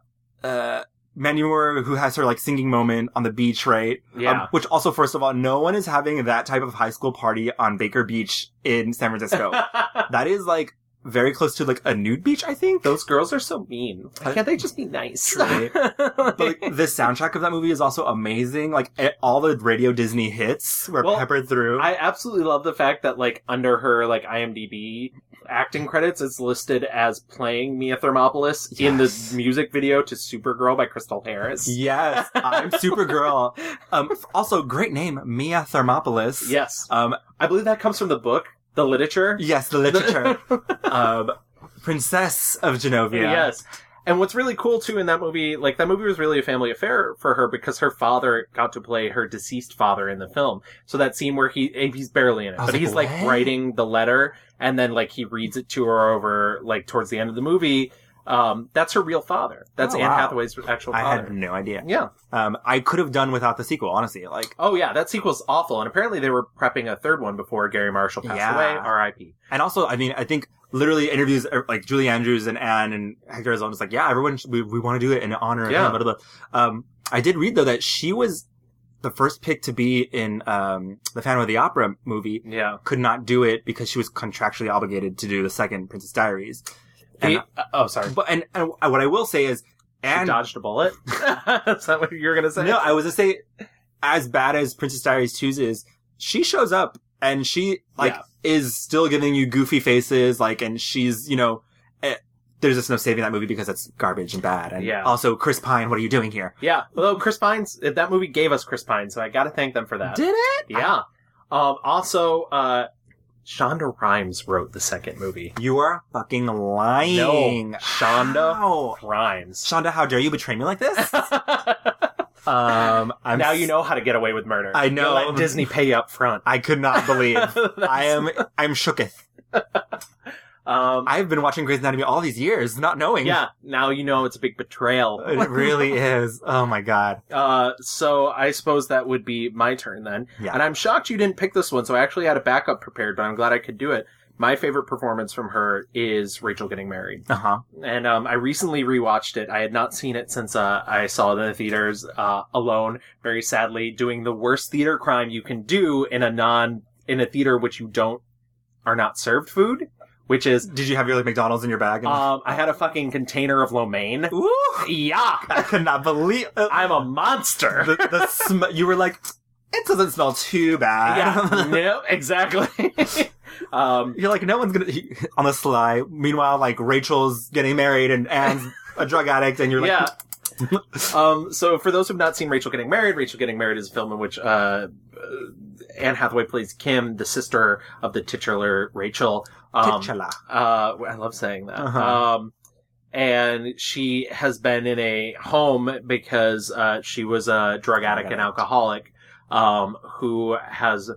S1: uh, Manure who has her like singing moment on the beach, right?
S2: Yeah.
S1: Um, which also, first of all, no one is having that type of high school party on Baker Beach in San Francisco.
S2: [LAUGHS]
S1: that is like very close to like a nude beach, I think.
S2: Those girls are so mean. Why can't they just be nice? [LAUGHS]
S1: Truly. but like, the soundtrack of that movie is also amazing. Like it, all the Radio Disney hits were
S2: Well,
S1: peppered through.
S2: I absolutely love the fact that like under her like IMDb acting credits it's listed as playing Mia Thermopolis in
S1: Yes.
S2: the music video to Supergirl by Crystal Harris.
S1: yes, I'm
S2: [LAUGHS]
S1: Supergirl. um, also, great name, Mia Thermopolis.
S2: Yes.
S1: Um,
S2: I believe that comes from the book, the literature.
S1: yes, the literature.
S2: [LAUGHS]
S1: um, Princess of Genovia.
S2: Yes. And what's really cool too in that movie, like that movie was really a family affair for her because her father got to play her deceased father in the film. So that scene where he eh, he's barely in it,
S1: I was
S2: but
S1: like,
S2: he's like
S1: "What?"
S2: writing the letter and then like he reads it to her over like towards the end of the movie. Um, that's her real father. That's
S1: Oh,
S2: Anne
S1: wow.
S2: Hathaway's actual
S1: I
S2: father.
S1: had no idea.
S2: Yeah.
S1: Um, I could have done without the sequel, honestly. Like,
S2: Oh yeah, that sequel's awful. And apparently they were prepping a third one before Gary Marshall passed
S1: Yeah.
S2: away. R.I.P.
S1: and also, I mean, I think literally interviews er, like Julie Andrews and Anne and Hector Elizondo is like, yeah, everyone, should, we, we want to do it in honor of
S2: Yeah.
S1: him. Blah, blah, blah. Um, I did read though that she was the first pick to be in um, the Phantom of the Opera movie.
S2: Yeah.
S1: Could not do it because she was contractually obligated to do the second Princess Diaries. And-
S2: The- uh, oh, sorry.
S1: But and, and what I will say is,
S2: She
S1: Anne
S2: dodged a bullet. [LAUGHS] Is that what you were gonna say?
S1: No, I was gonna say, as bad as Princess Diaries 2's is, she shows up and she like
S2: Yeah.
S1: is still giving you goofy faces, like, and she's you know, eh, there's just no saving that movie because it's garbage and bad. And
S2: Yeah.
S1: also, Chris Pine, what are you doing here?
S2: Yeah. Although Chris Pine's eh, that movie gave us Chris Pine, so I got to thank them for that.
S1: Did it?
S2: yeah. Um, also, uh, Shonda Rhimes wrote the second movie.
S1: You are fucking lying,
S2: No, Shonda
S1: How?
S2: Rhimes. [LAUGHS]
S1: Shonda, how dare you betray me like this? Um, I'm
S2: Uh, now you know how to get away with murder.
S1: I
S2: You
S1: know.
S2: let Disney pay you up front.
S1: I could not
S2: [LAUGHS]
S1: believe. [LAUGHS] I am. I'm shooketh.
S2: Um,
S1: I've been watching Grey's Anatomy all these years, not knowing.
S2: yeah, now you know it's a big betrayal.
S1: [LAUGHS] It really is. Oh my god.
S2: Uh, so I suppose that would be my turn then.
S1: Yeah.
S2: And I'm shocked you didn't pick this one, so I actually had a backup prepared, but I'm glad I could do it. My favorite performance from her is Rachel getting married.
S1: Uh huh.
S2: And um, I recently rewatched it. I had not seen it since uh, I saw it in the theaters uh, alone, very sadly, doing the worst theater crime you can do in a non in a theater which you don't are not served food,
S1: [LAUGHS]
S2: which is
S1: Did you have your like McDonald's in your bag? And-
S2: um, I had a fucking container of lo mein.
S1: Ooh, I
S2: Yeah,
S1: could not believe. uh,
S2: I'm a monster.
S1: [LAUGHS] the, the sm- you were like, it doesn't smell too bad. [LAUGHS]
S2: yeah, no, exactly. [LAUGHS] um,
S1: You're like, no one's gonna he- on the sly. Meanwhile, like Rachel's getting married and Anne's a drug addict, and you're like,
S2: yeah. um, so for those who've not seen Rachel Getting Married, Rachel Getting Married is a film in which uh, uh, Anne Hathaway plays Kim, the sister of the titular Rachel. Um,
S1: Titchala.
S2: uh, I love saying that.
S1: Uh-huh.
S2: Um, and she has been in a home because uh, she was a drug addict and alcoholic um, who has.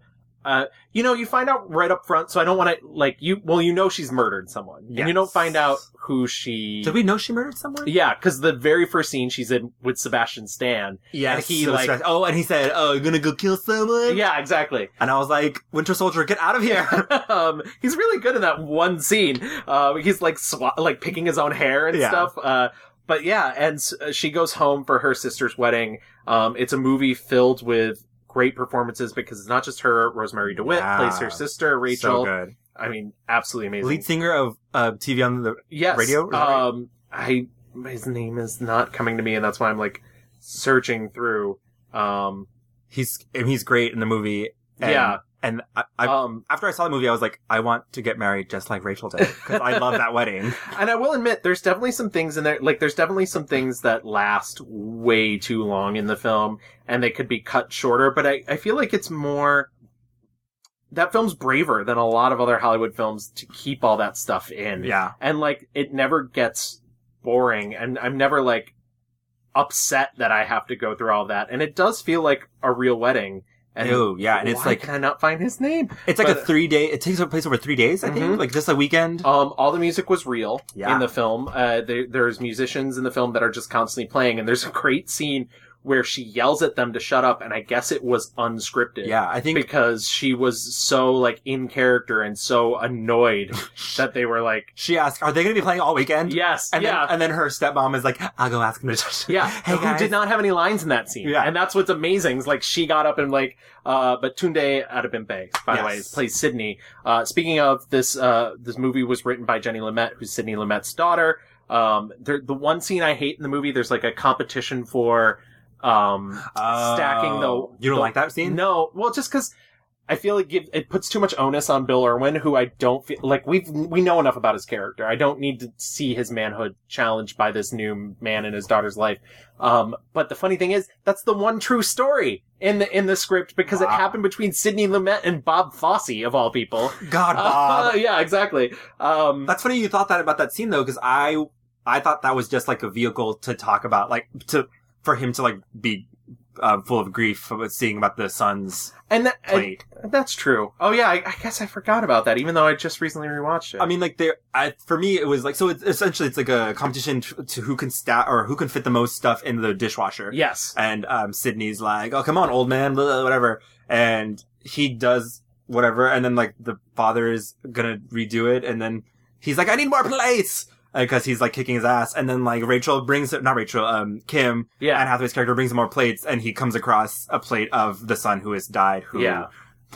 S2: Uh, you know, you find out right up front, so I don't want to like you. Well, you know she's murdered someone, and you
S1: Yes.
S2: don't find out who she.
S1: Did we know she murdered someone?
S2: Yeah, because the very first scene she's in with Sebastian Stan.
S1: Yes.
S2: And he,
S1: so
S2: like-
S1: stressed. oh, and he said, "Oh, you're gonna go kill someone."
S2: Yeah, exactly.
S1: And I was like, Winter Soldier, get out of here.
S2: [LAUGHS] um, he's really good in that one scene. Uh, he's like swa- like picking his own hair and
S1: Yeah.
S2: stuff. Uh, but yeah, and s- uh, she goes home for her sister's wedding. Um, it's a movie filled with great performances because it's not just her. Rosemary DeWitt
S1: Yeah.
S2: plays her sister
S1: So
S2: Rachel.
S1: good.
S2: I mean, absolutely amazing.
S1: Lead singer of uh, TV on the.
S2: yes.
S1: radio, is that right?
S2: Um, I his name is not coming to me, and that's why I'm like searching through. Um,
S1: He's and he's great in the movie. And,
S2: yeah.
S1: And I, I,
S2: um,
S1: after I saw the movie, I was like, I want to get married just like Rachel did because I love
S2: [LAUGHS]
S1: that wedding.
S2: And I will admit, there's definitely some things in there, like, there's definitely some things that last way too long in the film, and they could be cut shorter, but I, I feel like it's more. That film's braver than a lot of other Hollywood films to keep all that stuff in.
S1: Yeah.
S2: And, like, it never gets boring, and I'm never, like, upset that I have to go through all that. And it does feel like a real wedding. And
S1: Ew, yeah, and it's
S2: why
S1: like-
S2: Can I not find his name?
S1: It's like a
S2: But-
S1: three day. It takes place over three days, I think,
S2: Mhm.
S1: like just a weekend.
S2: Um, all the music was real
S1: Yeah.
S2: in the film. Uh, there, there's musicians in the film that are just constantly playing, and there's a great scene where she yells at them to shut up, and I guess it was unscripted.
S1: yeah, I think
S2: Because she was so like in character and so
S1: [LAUGHS]
S2: annoyed that they were like,
S1: she asked, "Are they going to be playing all weekend?"
S2: "Yes,
S1: And
S2: yeah,
S1: then, and then her stepmom is like, "I'll go ask him to."
S2: [LAUGHS] yeah."
S1: [LAUGHS] hey
S2: Who
S1: guys.
S2: did not have any lines in that scene?
S1: Yeah.
S2: and that's what's amazing. Is like she got up and like, uh, but Tunde Adebimpe, by the way,
S1: Yes.
S2: plays Sydney. Uh, speaking of this, uh, this movie was written by Jenny Lamette, who's Sydney Lamette's daughter. Um, there, the one scene I hate in the movie, there's like a competition for, um,
S1: Oh.
S2: stacking the.
S1: You don't
S2: the-
S1: like that scene?
S2: No, well, just because. I feel like it, it puts too much onus on Bill Irwin, who I don't feel like we've we know enough about his character. I don't need to see his manhood challenged by this new man in his daughter's life. Um, but the funny thing is, that's the one true story in the in the script because it
S1: Wow.
S2: happened between Sidney Lumet and Bob Fosse of all people.
S1: God, [LAUGHS] Bob.
S2: Uh, [LAUGHS] yeah, exactly. Um,
S1: That's funny you thought that about that scene though, because I I thought that was just like a vehicle to talk about, like to for him to like be uh, full of grief about seeing about the son's
S2: and, that, and
S1: plight.
S2: that's true. Oh yeah, I, I guess I forgot about that, even though I just recently rewatched it.
S1: I mean, like there, I, for me, it was like so. It's, essentially, it's like a competition to, to who can stat or who can fit the most stuff in the dishwasher.
S2: yes,
S1: And um, Sydney's like, "Oh, come on, old man, blah, blah, whatever." And he does whatever, and then like the father is gonna redo it, and then he's like, "I need more plates," because he's like kicking his ass, and then like Rachel brings not Rachel, um, Kim,
S2: Yeah.
S1: Anne Hathaway's character brings him more plates, and he comes across a plate of the son who has died. Who,
S2: Yeah.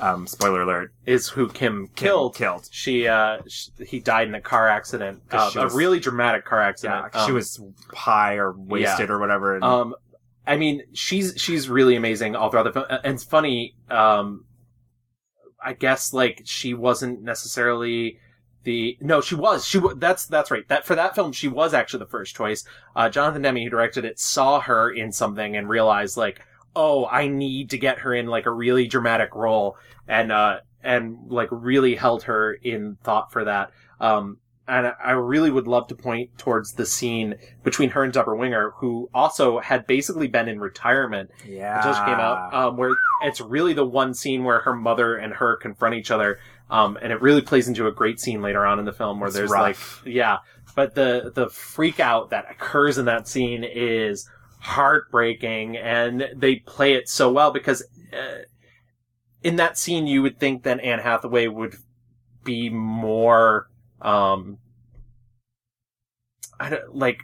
S1: Um, spoiler alert,
S2: is who Kim
S1: Kim
S2: killed.
S1: Killed.
S2: She, uh, sh he died in a car accident,
S1: 'Cause
S2: uh,
S1: she
S2: a
S1: was-
S2: really dramatic car
S1: Yeah,
S2: accident.
S1: 'cause she
S2: Um,
S1: was high or wasted or whatever. And,
S2: Um, I mean, she's she's really amazing all throughout the film, and it's funny. Um, I guess like she wasn't necessarily the no, she was she wa- that's that's right. That for that film, she was actually the first choice. Uh, Jonathan Demme, who directed it, saw her in something and realized like, oh, I need to get her in like a really dramatic role, and uh, and like really held her in thought for that. Um, and I really would love to point towards the scene between her and Deborah Winger, who also had basically been in retirement
S1: Yeah.
S2: until she came out, um, where it's really the one scene where her mother and her confront each other, um, and it really plays into a great scene later on in the film where
S1: It's
S2: there's
S1: rough.
S2: like, yeah, but the the freak out that occurs in that scene is heartbreaking, and they play it so well because uh, in that scene you would think that Anne Hathaway would be more, um, I don't like.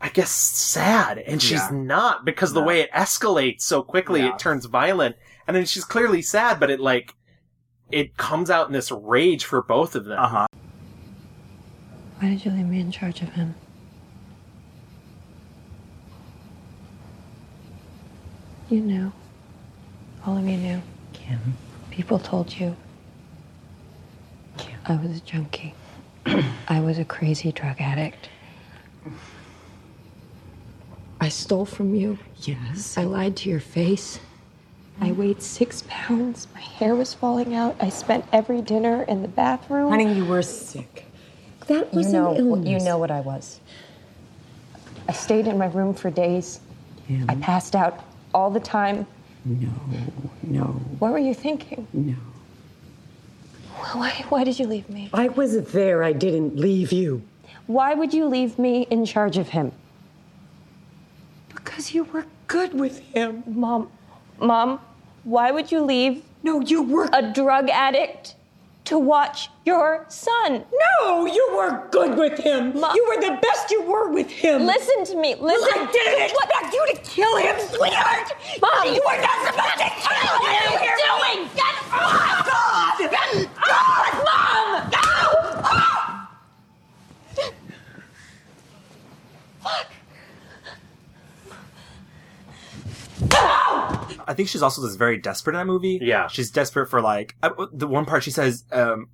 S2: I guess sad, and she's
S1: Yeah.
S2: not because the
S1: No.
S2: way it escalates so quickly,
S1: Yeah.
S2: it turns violent, and then she's clearly sad, but it like it comes out in this rage for both of them.
S1: Uh huh.
S7: Why did you leave me in charge of him? You knew. All of you knew.
S8: Kim,
S7: People told you.
S8: Kim.
S7: I was a junkie. [CLEARS THROAT] I was a crazy drug addict. I stole from you.
S8: Yes.
S7: I lied to your face. I weighed six pounds. My hair was falling out. I spent every dinner in the bathroom.
S8: Honey, you were sick.
S7: that was
S8: You know,
S7: an illness.
S8: you know what I was.
S7: I stayed in my room for days.
S8: Kim,
S7: I passed out all the time.
S8: no, no,
S7: What were you thinking?
S8: no.
S7: Why, why did you leave me?
S8: I was there. I didn't leave you.
S7: Why would you leave me in charge of him?
S8: Because you were good with him.
S7: Mom, mom, why would you leave
S8: No, you were.
S7: a drug addict to watch your son?
S8: no, Oh, you were good with him.
S7: Ma-
S8: you were the best you were with him.
S7: Listen to me.
S8: Well,
S7: Listen.
S8: I didn't expect you to kill him, sweetheart.
S7: Mom.
S8: you were not supposed to kill him. What are you doing? Get off! God! Get off, Mom! No!
S1: I think she's also just very desperate in that movie.
S2: Yeah.
S1: She's desperate for like I, the one part she says, um,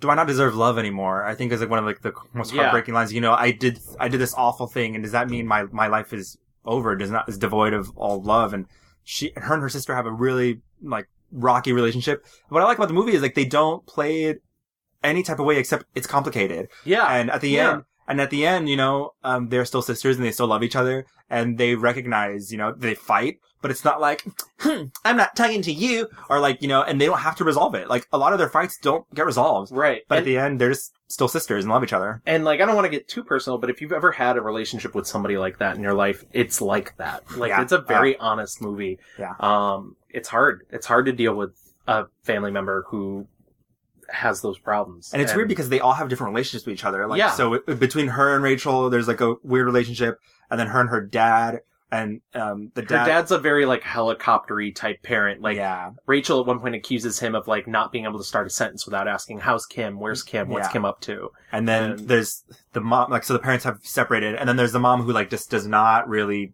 S1: "Do I not deserve love anymore?" I think is like one of like the most
S2: Yeah.
S1: heartbreaking lines. You know, I did I did this awful thing, and does that mean my my life is over? Does not is devoid of all love? And she, her and her sister have a really like rocky relationship. What I like about the movie is like they don't play it any type of way except it's complicated
S2: Yeah,
S1: and at the
S2: Yeah.
S1: end and at the end you know um, they're still sisters and they still love each other and they recognize you know they fight but it's not like hmm, i'm not talking to you or like you know and they don't have to resolve it like a lot of their fights don't get resolved
S2: right.
S1: but
S2: and,
S1: at the end they're just still sisters and love each other
S2: and like I don't want to get too personal, but if you've ever had a relationship with somebody like that in your life, it's like that. Like
S1: Yeah. Uh-huh.
S2: it's a very honest movie.
S1: Yeah.
S2: Um, it's hard. It's hard to deal with a family member who has those problems.
S1: and it's weird because they all have different relationships with each other like
S2: Yeah.
S1: so it- between her and rachel there's like a weird relationship and then her and her dad and um the
S2: her
S1: dad
S2: dad's a very like helicoptery type parent. Like
S1: yeah
S2: Rachel at one point accuses him of like not being able to start a sentence without asking, "How's Kim? Where's Kim? What's
S1: Yeah.
S2: Kim up to?"
S1: And then
S2: And-
S1: there's the mom, like, so the parents have separated, and then there's the mom who, like, just does not really,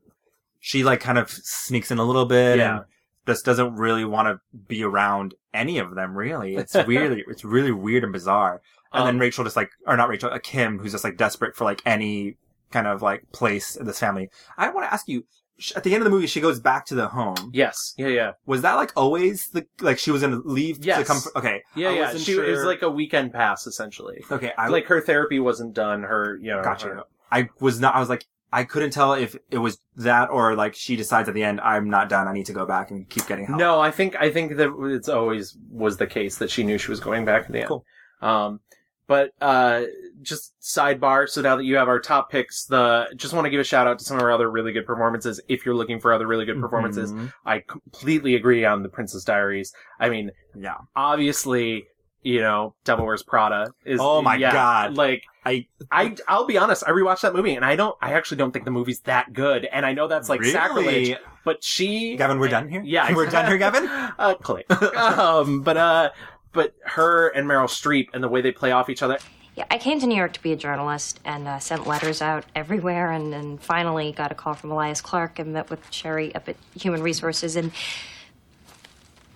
S1: she, like, kind of sneaks in a little bit
S2: Yeah.
S1: and just doesn't really want to be around any of them, really. It's really,
S2: [LAUGHS]
S1: it's really weird and bizarre. And
S2: Um,
S1: then Rachel just, like, or not Rachel, uh, Kim, who's just, like, desperate for, like, any kind of, like, place in this family. I want to ask you, sh- at the end of the movie, she goes back to the home.
S2: Yes. Yeah. Yeah.
S1: Was that, like, always the, like, she was going to leave to
S2: Yes.
S1: come, fr- okay.
S2: Yeah.
S1: I
S2: yeah.
S1: wasn't
S2: She it was
S1: sure.
S2: like a weekend pass essentially.
S1: okay, I
S2: like her therapy wasn't done. Her, you know, her-
S1: Gotcha. I was not. I was like, I couldn't tell if it was that or like she decides at the end, I'm not done. I need to go back and keep getting help.
S2: No, I think I think that it's always was the case that she knew she was going back at the end.
S1: Cool.
S2: Um, but uh, just sidebar. So now that you have our top picks, the just want to give a shout out to some of our other really good performances. If you're looking for other really good performances,
S1: Mhm.
S2: I completely agree on the Princess Diaries. I mean,
S1: Yeah.
S2: obviously, you know, Devil Wears Prada is.
S1: Oh my
S2: yeah,
S1: God.
S2: Like
S1: I-
S2: I, I'll be honest. I rewatched that movie, and I don't. I actually don't think the movie's that good. And I know that's like
S1: Really?
S2: sacrilege, but she,
S1: Gavin, we're done here. [LAUGHS]
S2: Yeah,
S1: we're done here,
S2: [LAUGHS]
S1: Gavin.
S2: uh,
S1: [LAUGHS]
S2: Clay. um, but uh, but her and Meryl Streep and the way they play off each other.
S9: Yeah, I came to New York to be a journalist and uh, sent letters out everywhere, and, and finally got a call from Elias Clark and met with Sherry up at Human Resources. And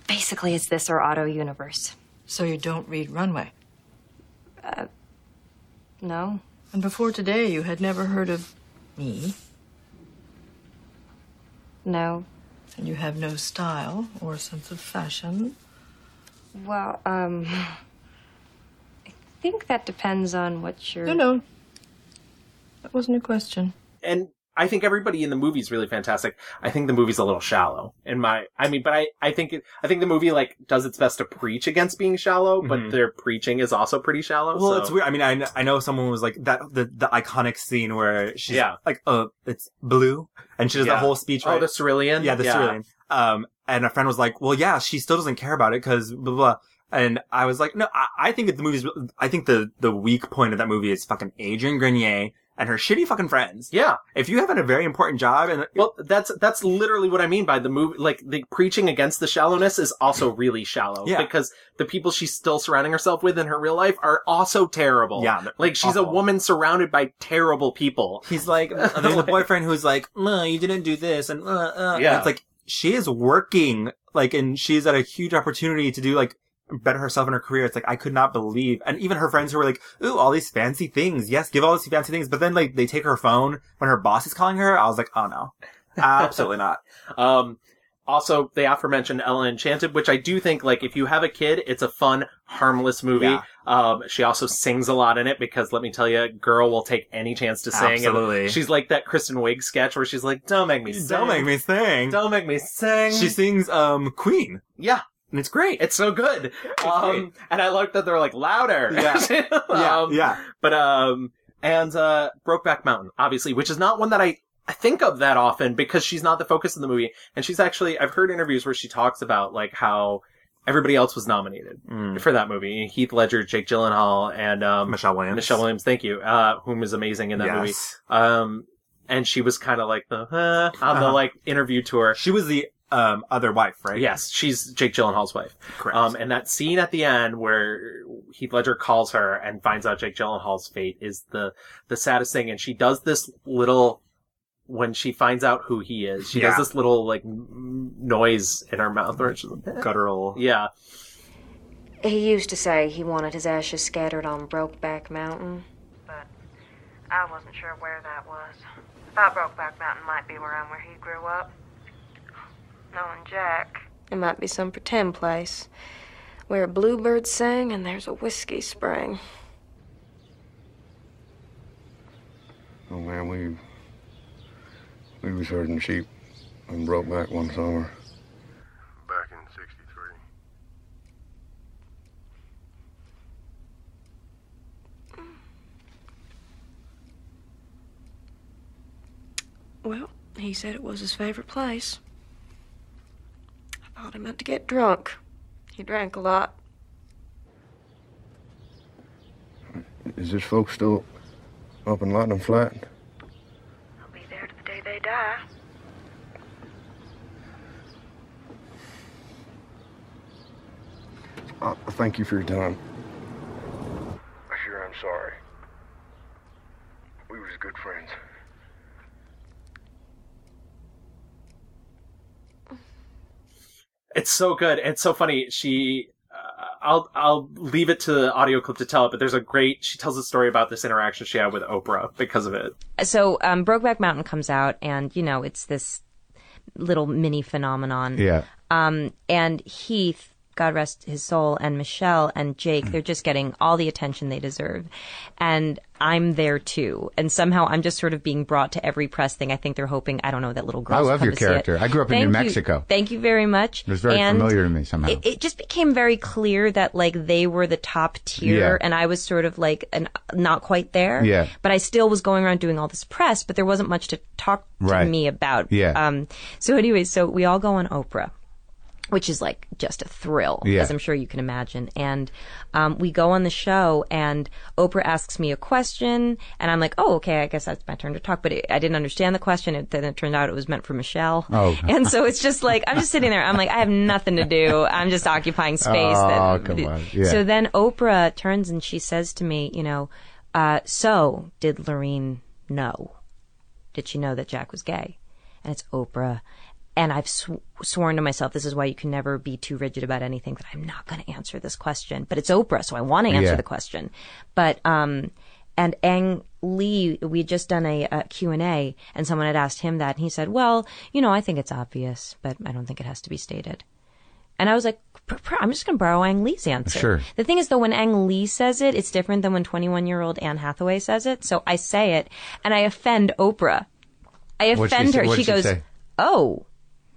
S9: basically, it's this or Auto Universe. Uh,
S10: So you don't read Runway.
S9: No?
S10: And before today, you had never heard of me,
S9: No?
S10: and you have no style
S9: [SIGHS]
S10: or sense of fashion.
S9: Well, um. think that depends on what you're.
S10: No, no. That wasn't a question.
S2: and I think everybody in the movie is really fantastic. I think the movie's a little shallow in my, I mean, but I, I think, it, I think the movie like does its best to preach against being shallow, but their preaching is also pretty shallow.
S1: Mm-hmm. Well,
S2: so-
S1: it's weird. I mean, I, kn- I know someone was like that the, the iconic scene where she's
S2: Yeah.
S1: like, "Uh, it's blue," and she does
S2: Yeah.
S1: that whole speech.
S2: Oh,
S1: right?
S2: the cerulean.
S1: yeah, the Cerulean. Um, and a friend was like, "Well, yeah, she still doesn't care about it because blah blah." And I was like, "No, I, I think that the movie's. I think the the weak point of that movie is fucking Adrian Grenier and her shitty fucking friends.
S2: Yeah.
S1: If you have a very important job and
S2: Well, that's that's literally what I mean by the movie. Like the preaching against the shallowness is
S1: [CLEARS THROAT]
S2: also really shallow
S1: Yeah.
S2: because the people she's still surrounding herself with in her real life are also terrible.
S1: Yeah, they're
S2: like she's a
S1: awful.
S2: woman surrounded by terrible people.
S1: He's
S2: [LAUGHS]
S1: like, there's a boyfriend who's like, "No, you didn't do this," and uh, uh. And
S2: Yeah.
S1: it's like she is working, like, and she's at a huge opportunity to do like better herself in her career. It's like I could not believe, and even her friends who were like, "Ooh, all these fancy things, yes, give all these fancy things," but then like they take her phone when her boss is calling her. I was like, "Oh no, absolutely
S2: [LAUGHS]
S1: not."
S2: Um, also, the aforementioned Ella Enchanted, which I do think, like, if you have a kid, it's a fun, harmless movie.
S1: Yeah.
S2: Um, she also sings a lot in it because, let me tell you, girl will take any chance to sing. And
S1: Absolutely.
S2: she's like that Kristen Wiig sketch where she's like, "Don't make me sing.
S1: Don't make me sing.
S2: Don't make me sing."
S1: She sings um Queen,
S2: yeah,
S1: and it's great.
S2: it's
S1: [LAUGHS]
S2: so good. Um,
S1: great.
S2: and I like that they're like louder.
S1: Yeah.
S2: [LAUGHS] Um,
S1: yeah,
S2: But um, and uh, Brokeback Mountain, obviously, which is not one that I I think of that often because she's not the focus of the movie, and she's actually I've heard interviews where she talks about like how everybody else was nominated
S1: Mm.
S2: for that movie: Heath Ledger, Jake Gyllenhaal, and um,
S1: Michelle Williams.
S2: Michelle Williams. Thank you, uh, whom is amazing in that movie.
S1: Yes.
S2: Um, and she was kind of like the uh, on the
S1: Uh-huh.
S2: like interview tour.
S1: She was the um other wife, right?
S2: Yes, she's Jake Gyllenhaal's wife.
S1: correct.
S2: Um, and that scene at the end where Heath Ledger calls her and finds out Jake Gyllenhaal's fate is the the saddest thing. And she does this little when she finds out who he is. She
S1: Yeah.
S2: does this little like m- noise in her mouth where she's like,
S1: [LAUGHS]
S2: "Eh."
S1: guttural.
S2: yeah,
S9: He used to say he wanted his ashes scattered on Brokeback Mountain.
S11: but I wasn't sure where that was. I thought Brokeback Mountain might be around where he grew up. Knowing Jack.
S7: It might be some pretend place where bluebirds sing and there's a whiskey spring.
S12: Oh man, we we was herding sheep and broke back one summer. Back in '63.
S7: Well, he said it was his favorite place. I thought he meant to get drunk. He drank a lot.
S12: Is this folk still up in Lightning Flat?
S11: I'll be there to the day they die.
S12: I I Uh, thank you for your time. I sure am sorry. We was good friends.
S2: it's so good. It's so funny. She, uh, I'll, I'll leave it to the audio clip to tell it, but there's a great, she tells a story about this interaction she had with Oprah because of it.
S4: So um, Brokeback Mountain comes out, and you know it's this little mini phenomenon.
S13: Yeah.
S4: Um, and Heath, God rest his soul, and Michelle and Jake, they're just getting all the attention they deserve, and I'm there too. And somehow I'm just sort of being brought to every press thing. I think they're hoping I don't know that little girl.
S13: love your character. I grew up in New Mexico.
S4: Thank you very much.
S13: It was very
S4: And
S13: familiar to me somehow.
S4: It, it just became very clear that like they were the top tier,
S13: Yeah.
S4: and I was sort of like an, not quite there.
S13: Yeah.
S4: But I still was going around doing all this press, but there wasn't much to talk to
S13: Right.
S4: me about.
S13: Yeah.
S4: Um, so anyway, so we all go on Oprah. Which is like just a thrill,
S13: Yeah.
S4: as I'm sure you can imagine. And um, we go on the show, and Oprah asks me a question, and I'm like, "Oh, okay, I guess that's my turn to talk." But it, I didn't understand the question. It, then it turned out it was meant for Michelle.
S13: Oh.
S4: [LAUGHS] and so it's just like I'm just sitting there. I'm like, I have nothing to do. I'm just occupying space.
S13: Oh,
S4: that-
S13: come on. Yeah.
S4: So then Oprah turns and she says to me, you know, uh, so did Lorene know? Did she know that Jack was gay? And it's Oprah. And I've sw- sworn to myself, this is why you can never be too rigid about anything, that I'm not going to answer this question. But it's Oprah, so I want to answer
S13: Yeah.
S4: the question. But, um, and Ang Lee, we had just done a, a Q&A, and someone had asked him that, and he said, well, you know, I think it's obvious, but I don't think it has to be stated. And I was like,
S14: pr- pr- I'm just going to borrow Ang Lee's answer.
S13: Sure.
S14: The thing is, though, when Ang Lee says it, it's different than when 21 year old Anne Hathaway says it. So I say it, and I offend Oprah. I
S13: What'd she
S14: offend
S13: say-
S14: her.
S13: what'd
S14: She
S13: she
S14: goes,
S13: say?
S14: "Oh,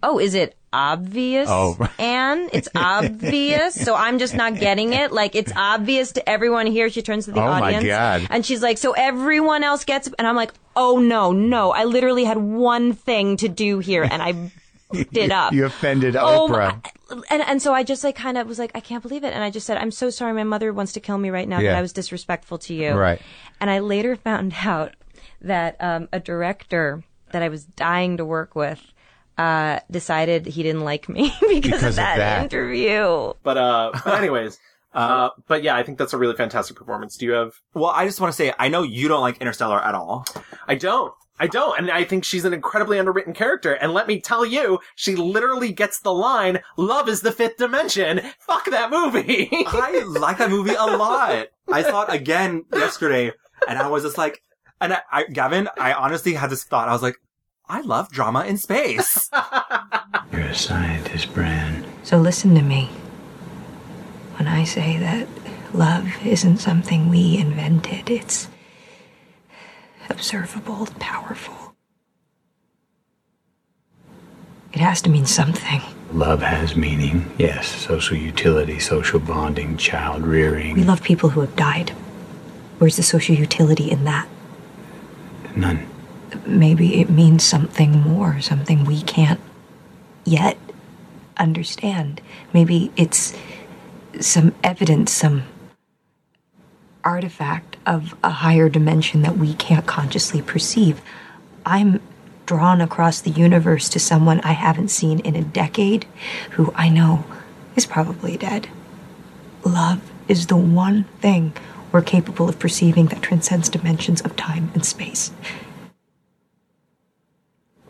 S14: oh, is it obvious,
S13: Oh.
S14: Anne?
S13: [LAUGHS]
S14: It's obvious. so I'm just not getting it. Like it's obvious to everyone here." She turns to the
S13: Oh, my
S14: audience,
S13: God.
S14: and she's like, "So everyone else gets," and I'm like, "Oh no, no! I literally had one thing to do here,
S13: [LAUGHS]
S14: and I." Fucked it up.
S13: You offended
S14: Oh,
S13: Oprah.
S14: and and so I just like kind of was like, I can't believe it, and I just said, I'm so sorry. My mother wants to kill me right now,
S13: Yeah.
S14: but I was disrespectful to you.
S13: Right.
S14: And I later found [LAUGHS] out that um, a director that I was dying to work with uh, decided he didn't like me [LAUGHS] because, of, that interview.
S2: But uh, but anyways, uh, but yeah, I think that's a really fantastic performance. Do you have?
S1: Well, I just want to say I know you don't like Interstellar at all.
S2: I don't. I don't, and I think she's an incredibly underwritten character. And let me tell you, she literally gets the line, "Love is the fifth dimension." Fuck that movie. [LAUGHS]
S1: I like that movie a lot. I saw it again yesterday, and I was just like, and I, I Gavin, I honestly had this thought. I was like, I love drama in space.
S15: You're a scientist, Bran.
S10: So listen to me. When I say that love isn't something we invented, it's observable, powerful. It has to mean something.
S15: Love has meaning, yes. Social utility, social bonding, child rearing.
S10: We love people who have died. Where's the social utility in that?
S15: None.
S10: Maybe it means something more, something we can't yet understand. Maybe it's some evidence, some artifact of a higher dimension that we can't consciously perceive. I'm drawn across the universe to someone I haven't seen in a decade who I know is probably dead. Love is the one thing we're capable of perceiving that transcends dimensions of time and space.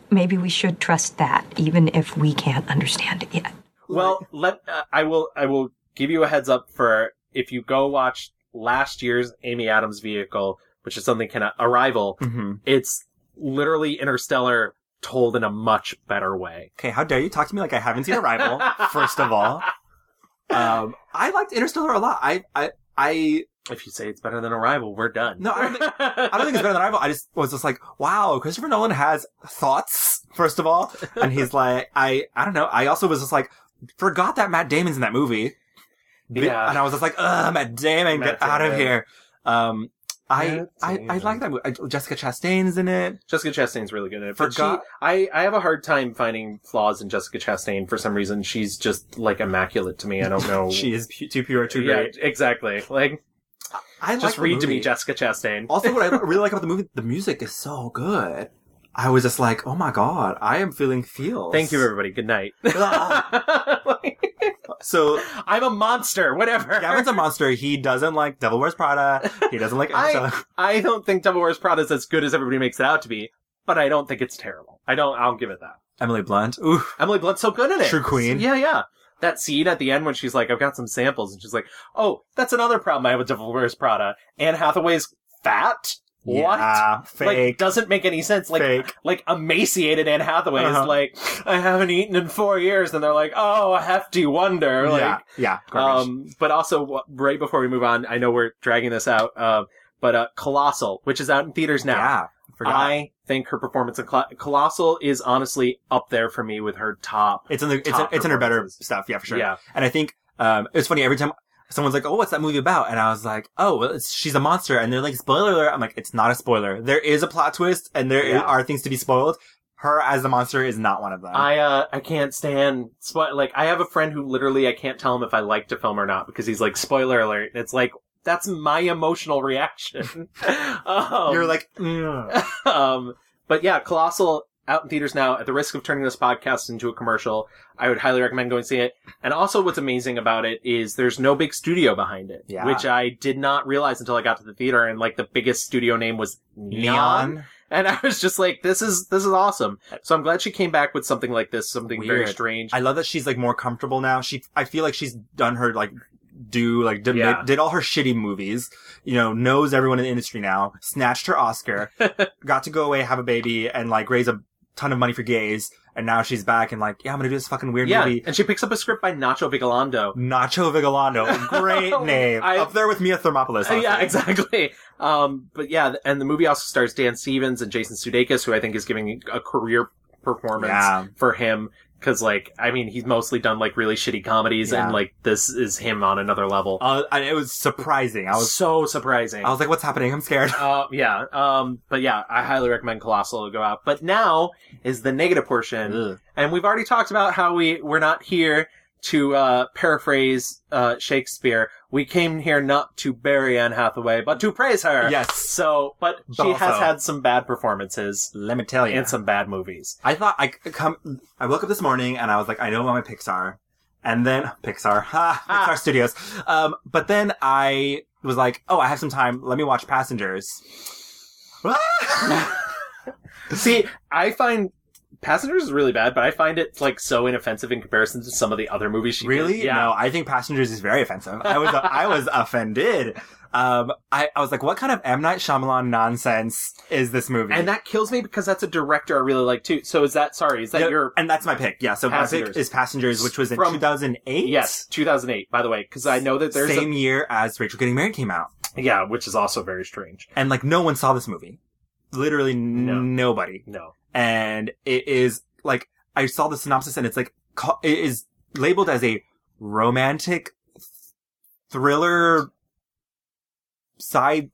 S10: Maybe we should trust that, even if we can't understand it yet.
S2: Well, let uh, I will I will give you a heads up for if you go watch last year's Amy Adams vehicle, which is something kind of arrival.
S1: Mhm.
S2: It's literally Interstellar told in a much better way.
S1: Okay, how dare you talk to me like I haven't seen Arrival? first of all, um, I liked Interstellar a lot. I, I, I.
S2: If you say it's better than Arrival, we're done.
S1: No, I don't think I don't think it's better than Arrival. I just was just like, wow, Christopher Nolan has thoughts. First of all, and he's like, I, I don't know. I also was just like, forgot that Matt Damon's in that movie.
S2: [LAUGHS]
S1: Bi-
S2: Yeah.
S1: and I was just like, ugh, Matt Damon,
S2: Matt
S1: get out of
S2: Damon.
S1: here. Um, I,
S2: Matt
S1: I, I like that movie. I- Jessica Chastain's in it.
S2: Jessica Chastain's really good at it. but
S1: Forgot-
S2: she- I, I have a hard time finding flaws in Jessica Chastain for some reason. She's just like immaculate to me. I don't
S1: [LAUGHS]
S2: know.
S1: She is pu- too pure, too great.
S2: Oh. Yeah, exactly. Like,
S1: I like
S2: just
S1: the
S2: read to me
S1: movie.
S2: Jessica Chastain.
S1: Also, what I [LAUGHS] really like about the movie, the music is so good. I was just like, oh my god, I am feeling feels.
S2: Thank you, everybody. Good night.
S1: Um, [LAUGHS] so
S2: [LAUGHS] I'm a monster. Whatever.
S1: [LAUGHS] Gavin's a monster. He doesn't like Devil Wears Prada. He doesn't like Interstellar.
S2: [LAUGHS] I, I don't think Devil Wears Prada is as good as everybody makes it out to be, but I don't think it's terrible. I don't. I'll give it that.
S1: [LAUGHS] Emily Blunt. Ooh,
S2: Emily Blunt's so good in it.
S1: True queen.
S2: Yeah, yeah. That scene at the end when she's like, "I've got some samples," and she's like, "Oh, that's another problem I have with Devil Wears Prada." Anne Hathaway's fat. What?
S1: Yeah,
S2: Like,
S1: fake.
S2: doesn't make any sense. Like,
S1: Fake.
S2: like emaciated Anne Hathaway
S1: Uh-huh.
S2: is like, I haven't eaten in four years, and they're like, oh, a hefty wonder. Like,
S1: yeah, yeah. Garbage.
S2: um, but also, wh- right before we move on, I know we're dragging this out, uh, but uh, Colossal, which is out in theaters now.
S1: Yeah, forgot.
S2: I think her performance in Col- Colossal is honestly up there for me with her top.
S1: it's in the it's, in,
S2: top
S1: it's in her better
S2: performances.
S1: stuff. Yeah, for sure.
S2: Yeah.
S1: And I think um, it's funny every time someone's like, "Oh, what's that movie about?" and I was like, "Oh, well, it's, she's a monster," and they're like, "Spoiler alert!" I'm like, "It's not a spoiler. There is a plot twist, and there i-
S2: Yeah.
S1: are things to be spoiled." Her as the monster is not one of them.
S2: I uh I can't stand spo- like I have a friend who literally I can't tell him if I liked a film or not because he's like spoiler alert. And it's like that's my
S1: [LAUGHS]
S2: emotional reaction. um,
S1: You're like, "Mm,
S2: um, but yeah, Colossal out in theaters now. At the risk of turning this podcast into a commercial, I would highly recommend going see it. And also, what's amazing about it is there's no big studio behind it,
S1: Yeah.
S2: which I did not realize until I got to the theater. And like the biggest studio name was [LAUGHS] Neon.
S1: Neon.
S2: And I was just like, this is this is awesome. So I'm glad she came back with something like this, something very
S1: Weird.
S2: strange.
S1: I love that she's like more comfortable now. She, I feel like she's done her like do like did,
S2: Yeah.
S1: did all her shitty movies. You know,
S2: [LAUGHS]
S1: knows everyone in the industry now. Snatched her Oscar, got to go away, have a baby, and like raise a ton of money for gays, and now she's back and like, yeah, I'm gonna do this fucking weird
S2: yeah,
S1: movie.
S2: and she picks up a script by Nacho Vigalondo.
S1: Nacho
S2: [LAUGHS]
S1: Vigalondo, great name,
S2: I-
S1: up there with Mia Thermopolis.
S2: Uh, yeah, [LAUGHS]
S1: honestly.
S2: exactly. Um, but yeah, th- and the movie also stars Dan Stevens and Jason Sudeikis, who I think is giving a career performance
S1: Yeah.
S2: for him. Cause like, I mean, he's mostly done like really shitty comedies
S1: Yeah.
S2: and like this is him on another level.
S1: Uh, and it was surprising. I was
S2: so surprising.
S1: I was like, what's happening? I'm
S2: [LAUGHS]
S1: scared.
S2: Uh, yeah. Um, but yeah, I highly recommend Colossal to go out. But now is the negative portion. And we've already talked about how we, we're not here to, uh, paraphrase, uh, Shakespeare. We came here not to bury Anne Hathaway, but to praise her.
S1: Yes.
S2: So, but she
S1: But
S2: has
S1: also- Oh,
S2: had some bad performances.
S1: Let me tell you.
S2: And some bad
S1: [LAUGHS]
S2: movies.
S1: I thought I could come. I woke up this morning and I was like, I know about my Pixar, and then Pixar, [LAUGHS] ha,
S2: Ah.
S1: Pixar Studios. Um, but then I was like, oh, I have some time. Let me watch
S2: [LAUGHS]
S1: Passengers. [LAUGHS]
S2: See, I find Passengers is really bad, but I find it like so inoffensive in comparison to some of the other movies she did.
S1: Really?
S2: Yeah.
S1: No, I think Passengers is very offensive. I
S2: [LAUGHS]
S1: was I was offended. Um, I, I was like, what kind of M Night Shyamalan nonsense is this movie?
S2: And that kills me because that's a director I really like too. So is that sorry? Is that
S1: Yeah,
S2: your
S1: and that's my pick? Yeah. So my
S2: Passengers.
S1: pick is Passengers, which was in
S2: From-
S1: 2008.
S2: Yes, 2008. By the way, because I know that there's a-
S1: same year as Rachel Getting Married came out.
S2: yeah, which is also very strange.
S1: and like no one saw this movie literally n- nobody
S2: no
S1: and it is like i saw the synopsis and it's like ca- it is labeled as a romantic th- thriller side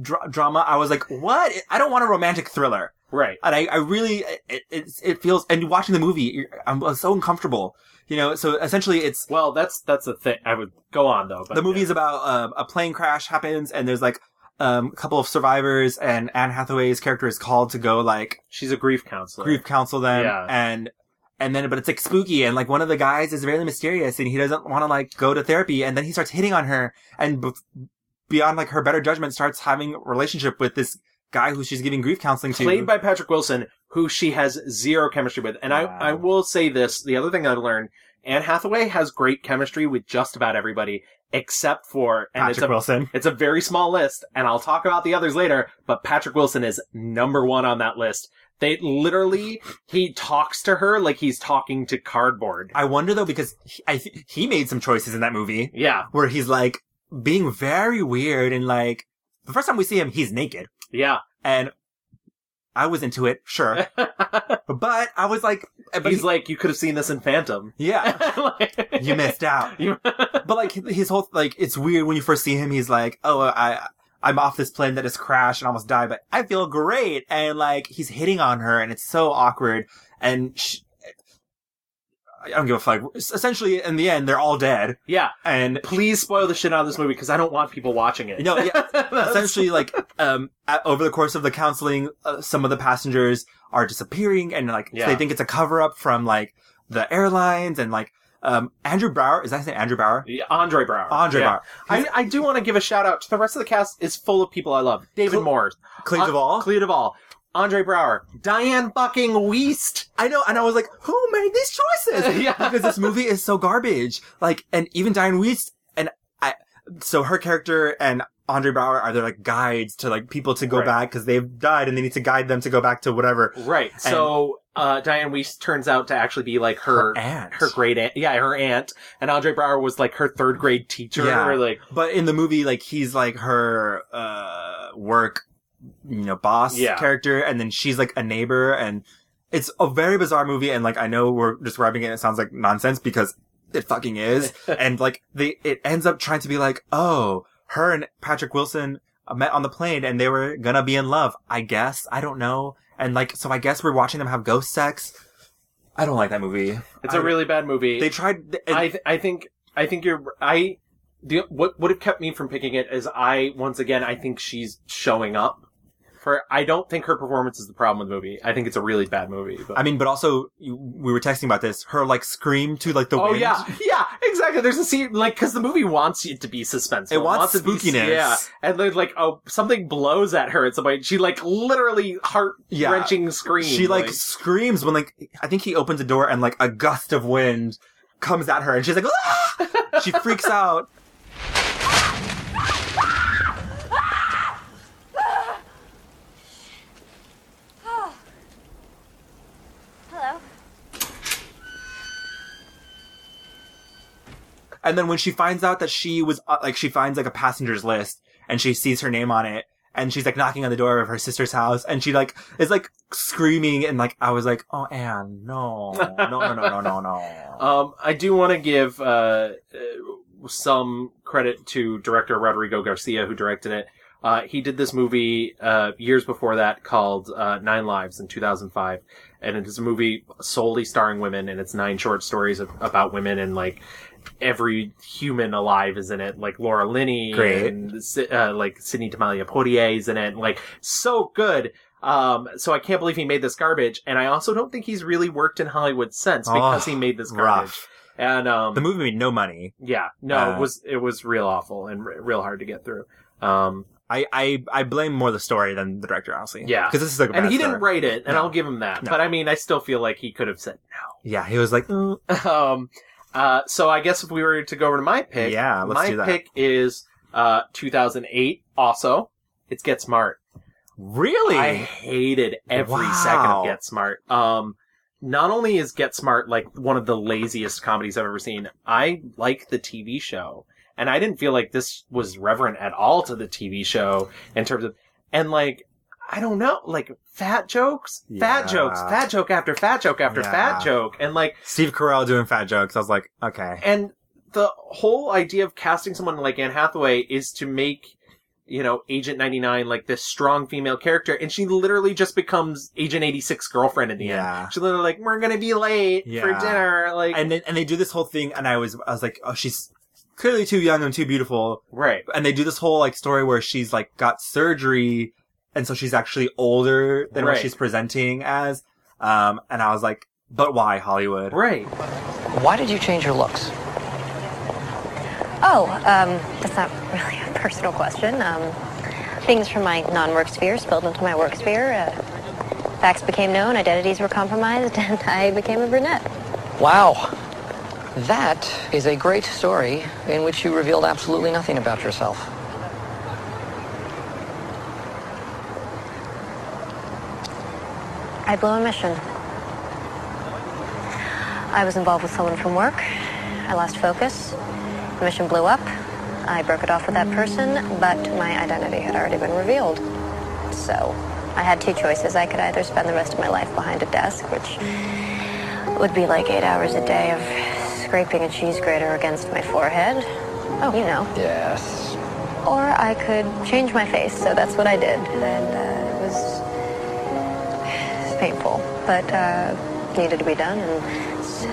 S1: dra- drama i was like what i don't want a romantic thriller
S2: right
S1: and i, I really it, it, it feels and watching the movie you're- i'm so uncomfortable you know so essentially it's
S2: well that's that's the thing i would go on though but
S1: the movie is about um, a plane crash happens and there's like um, a couple of survivors and Anne Hathaway's character is called to go like
S2: she's a grief counselor
S1: grief counsel them
S2: Yeah.
S1: and and then but it's like spooky and like one of the guys is really mysterious and he doesn't want to like go to therapy and then he starts hitting on her and b- beyond like her better judgment starts having a relationship with this guy who she's giving grief counseling to
S2: played by Patrick Wilson, who she has zero chemistry with. And I, I will say this: the other thing I learned, Anne Hathaway has great chemistry with just about everybody except for and it's
S1: Patrick
S2: a,
S1: Wilson.
S2: It's a very small list, and I'll talk about the others later. But Patrick Wilson is number one on that list. They literally he talks to her like he's talking to cardboard.
S1: I wonder though because he, I th- he made some choices in that movie.
S2: Yeah.
S1: where he's like being very weird and like the first time we see him, he's naked.
S2: Yeah,
S1: and I was into it, [LAUGHS] sure, but I was like, but
S2: He's
S1: he-
S2: like, you could have seen this in Phantom. [LAUGHS]
S1: yeah, you missed [LAUGHS] out. but like his whole like, it's weird when you first see him. He's like, oh, I. I'm off this plane that just crashed and almost died, but I feel great. And like, he's hitting on her and it's so awkward. And sh I don't give a fuck. Essentially, in the end, they're all dead.
S2: Yeah.
S1: And
S2: please spoil the shit out of this movie because I don't want people watching it.
S1: No,
S2: [LAUGHS]
S1: yeah. essentially, like um, at, over the course of the counseling, uh, some of the passengers are disappearing, and like
S2: Yeah.
S1: they think it's a cover up from like the airlines, and like um, Andrew Bauer is that his name? Andrew Bauer?
S2: Yeah, Andre Brower.
S1: Andre
S2: Yeah.
S1: Bauer.
S2: I, I do want to give a shout out to the rest of the cast. is full of people I love. David Moore,
S1: Clea
S2: Uh,
S1: Duvall?
S2: Clea Duvall, Andre Brower, Diane fucking Weist.
S1: I know, and I was like, who made these choices?
S2: [LAUGHS] Yeah.
S1: because this movie is so garbage. Like, and even Diane Weist, and I, so her character and Andre Bauer are their like guides to like people to go
S2: Right.
S1: back because they've died and they need to guide them to go back to whatever.
S2: Right. so uh, Diane Weiss turns out to actually be like her, aunt, her great aunt. Yeah, her aunt. And Andre Brower was like her third grade teacher. Or like
S1: but in the movie, like he's like her uh work, you know, boss
S2: Yeah.
S1: character, and then she's like a neighbor, and it's a very bizarre movie. And like I know we're describing it, and it sounds like nonsense because it fucking is. and like they, it ends up trying to be like, oh, her and Patrick Wilson met on the plane, and they were gonna be in love. I guess I don't know. And like, so I guess we're watching them have ghost sex. I don't like that movie.
S2: It's
S1: a
S2: a really bad movie.
S1: They tried.
S2: I th- I think I think you're I. The, what would have kept me from picking it is I once again I think she's showing up. For I don't think her performance is the problem with the movie. I think it's a really bad movie. But.
S1: I mean, but also you- we were texting about this. Her like scream to like the
S2: oh
S1: wind.
S2: yeah, yeah, exactly. There's a scene like because the movie wants you to be suspenseful.
S1: It wants
S2: to be-
S1: spookiness.
S2: yeah, and then like oh something blows at her at some point. She like literally heart wrenching scream.
S1: She like, screams when like I think he opens a door and like a gust of wind comes at her and she's like, "Ah!" she freaks out. And then when she finds out that she was uh, like, she finds like a passenger's list and she sees her name on it and she's like knocking on the door of her sister's house and she like is like screaming and like, I was like, oh, Anne, no, no, no, no, no, no, no.
S2: Um, I do want to give uh, uh, some credit to director Rodrigo Garcia, who directed it. Uh, he did this movie uh, years before that called uh, Nine Lives in 2005, and it is a movie solely starring women, and it's nine short stories of, about women, and like every human alive is in it, like Laura Linney,
S1: Great.
S2: and Si- uh, like Sidney Tamalia Poitier is in it, and, like so good. Um, so I can't believe he made this garbage, and I also don't think he's really worked in Hollywood since because
S1: Oh,
S2: he made this garbage.
S1: rough.
S2: And um,
S1: The movie made no money.
S2: Yeah, no,
S1: Uh,
S2: it was it was real awful and r- real hard to get through. Um,
S1: I, I, I blame more the story than the director, honestly.
S2: Yeah,
S1: Because this is like a
S2: and
S1: bad
S2: he
S1: story.
S2: didn't write it, and I'll give him that.
S1: No.
S2: But I mean, I still feel like he could have said [LAUGHS]
S1: Yeah, he was like,
S2: no. um, uh, so I guess if we were to go over to my pick,
S1: Yeah, let's
S2: my
S1: do that.
S2: pick is uh 2008. Also, it's Get Smart.
S1: Really?
S2: I hated every second
S1: Wow.
S2: of Get Smart. Um, not only is Get Smart like one of the laziest comedies I've ever seen, I like the TV show. And I didn't feel like this was reverent at all to the TV show in terms of, and like, I don't know, like fat jokes, fat
S1: Yeah.
S2: jokes, fat joke after fat joke after
S1: Yeah.
S2: fat joke. And like,
S1: Steve Carell doing fat jokes. I was like, okay.
S2: and the whole idea of casting someone like Anne Hathaway is to make, you know, Agent 99 like this strong female character, and she literally just becomes Agent 86 girlfriend in the
S1: Yeah.
S2: end. She's literally like, we're gonna be late for
S1: Yeah.
S2: dinner, like,
S1: and then, and they do this whole thing, and I was I was like, oh, she's clearly too young and too beautiful,
S2: right?
S1: And they do this whole like story where she's like got surgery, and so she's actually older than
S2: Right.
S1: what she's presenting as. Um, and I was like, but why Hollywood?
S2: Right.
S16: Why did you change your looks?
S17: Oh, um, that's not really a personal question. Um, things from my non-work sphere spilled into my work sphere. Uh, facts became known, identities were compromised, [LAUGHS] and I became a brunette.
S16: Wow. That is a great story in which you revealed absolutely nothing about yourself.
S17: I blew a mission. I was involved with someone from work. I lost focus. The mission blew up. I broke it off with that person, but my identity had already been revealed. So I had two choices. I could either spend the rest of my life behind a desk, which would be like eight hours a day of scraping a cheese grater against my forehead. Oh, you know.
S16: Yes.
S17: Or I could change my face, so that's what I did. And uh, it was it's painful, but uh, needed to be done. And s-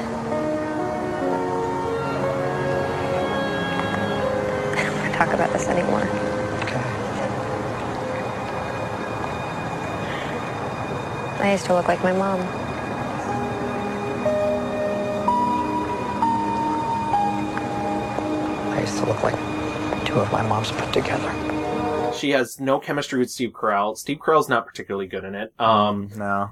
S17: I don't want to talk about this anymore. I used to look like my mom.
S16: I used to look like two of my moms put together.
S2: She has no chemistry with Steve Carell. Steve Carell's not particularly good in it. Um,
S1: no,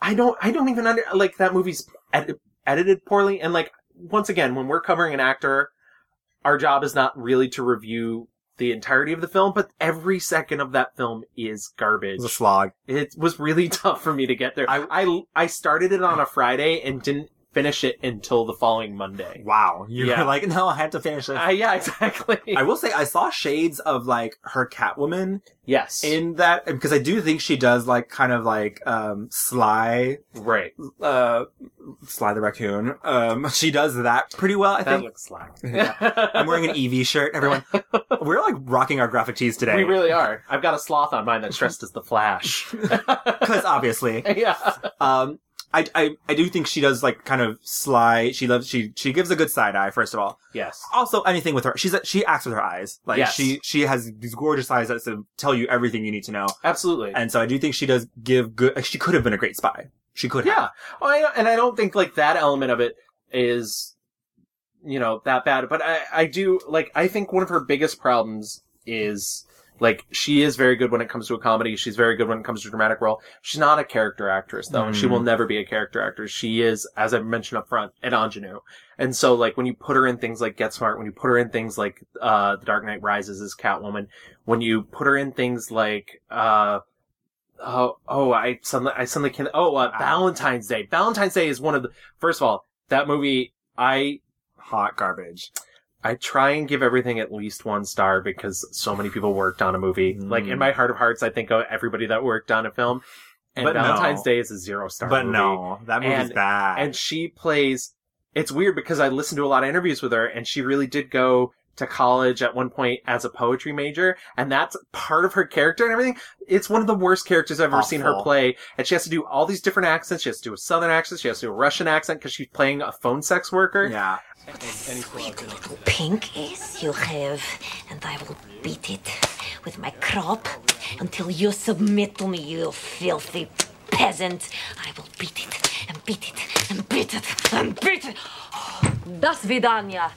S2: I don't. I don't even under like that movie's ed- edited poorly. And like once again, when we're covering an actor, our job is not really to review the entirety of the film, but every second of that film is garbage.
S1: It was a slog.
S2: It was really [LAUGHS] tough for me to get there. I I, I started it on a Friday and didn't finish it until the following Monday.
S1: Wow, You
S2: yeah.
S1: were [LAUGHS] like, no, I have to finish it.
S2: Uh, yeah, [LAUGHS] exactly.
S1: I will say I saw shades of like her Catwoman.
S2: Yes.
S1: In that, because I do think she does like kind of like um sly,
S2: right?
S1: Uh, Sly the raccoon. Um, [LAUGHS] she does that pretty well. I
S2: [LAUGHS] That
S1: think
S2: looks sly. [LAUGHS]
S1: Yeah. [LAUGHS] I'm wearing an Eevee shirt. Everyone, we're like rocking our graphic tees today.
S2: We really are. I've got a sloth on mine that's dressed as the [LAUGHS] Flash.
S1: because obviously,
S2: yeah.
S1: Um, I, I I do think she does like kind of sly. She loves she she gives a good side eye. First of all,
S2: Yes.
S1: also anything with her she's she acts with her eyes like
S2: Yes.
S1: she she has these gorgeous eyes that sort of tell you everything you need to know
S2: absolutely
S1: and so i do think she does give good like, she could have been a great spy she could have
S2: Yeah. Oh, I, and I don't think like that element of it is, you know, that bad. But I, I do like I think one of her biggest problems is like she is very good when it comes to a comedy. She's very good when it comes to a dramatic role. She's not a character actress though, and she
S1: Mm.
S2: will never be a character actress. She is, as I mentioned up front, an ingenue. And so like when you put her in things like Get Smart, when you put her in things like uh The Dark Knight Rises as Catwoman, when you put her in things like uh Oh, oh! I suddenly, I suddenly can. Oh,
S1: Ah.
S2: uh, Valentine's Day. Valentine's Day is one of the. First of all, that movie, I
S1: hot garbage.
S2: I try and give everything at least one star because so many people worked on a movie. Like
S1: Mm.
S2: in my heart of hearts, I think of everybody that worked on a film. And
S1: But no.
S2: Valentine's Day is a zero star.
S1: But
S2: movie.
S1: no, that movie's
S2: And-
S1: bad.
S2: And she plays. It's weird because I listened to a lot of interviews with her, and she really did go to college at one point as a poetry major, and that's part of her character and everything. It's one of the worst characters I've ever seen her
S1: Awful.
S2: play, and she has to do all these different accents. She has to do a southern accent. She has to do a Russian accent because she's playing a phone sex worker.
S1: Yeah.
S6: Pink is you have, and I will beat it with my crop until you submit to me, you filthy peasant. I will beat it and beat it and beat it and beat it. Das vidania.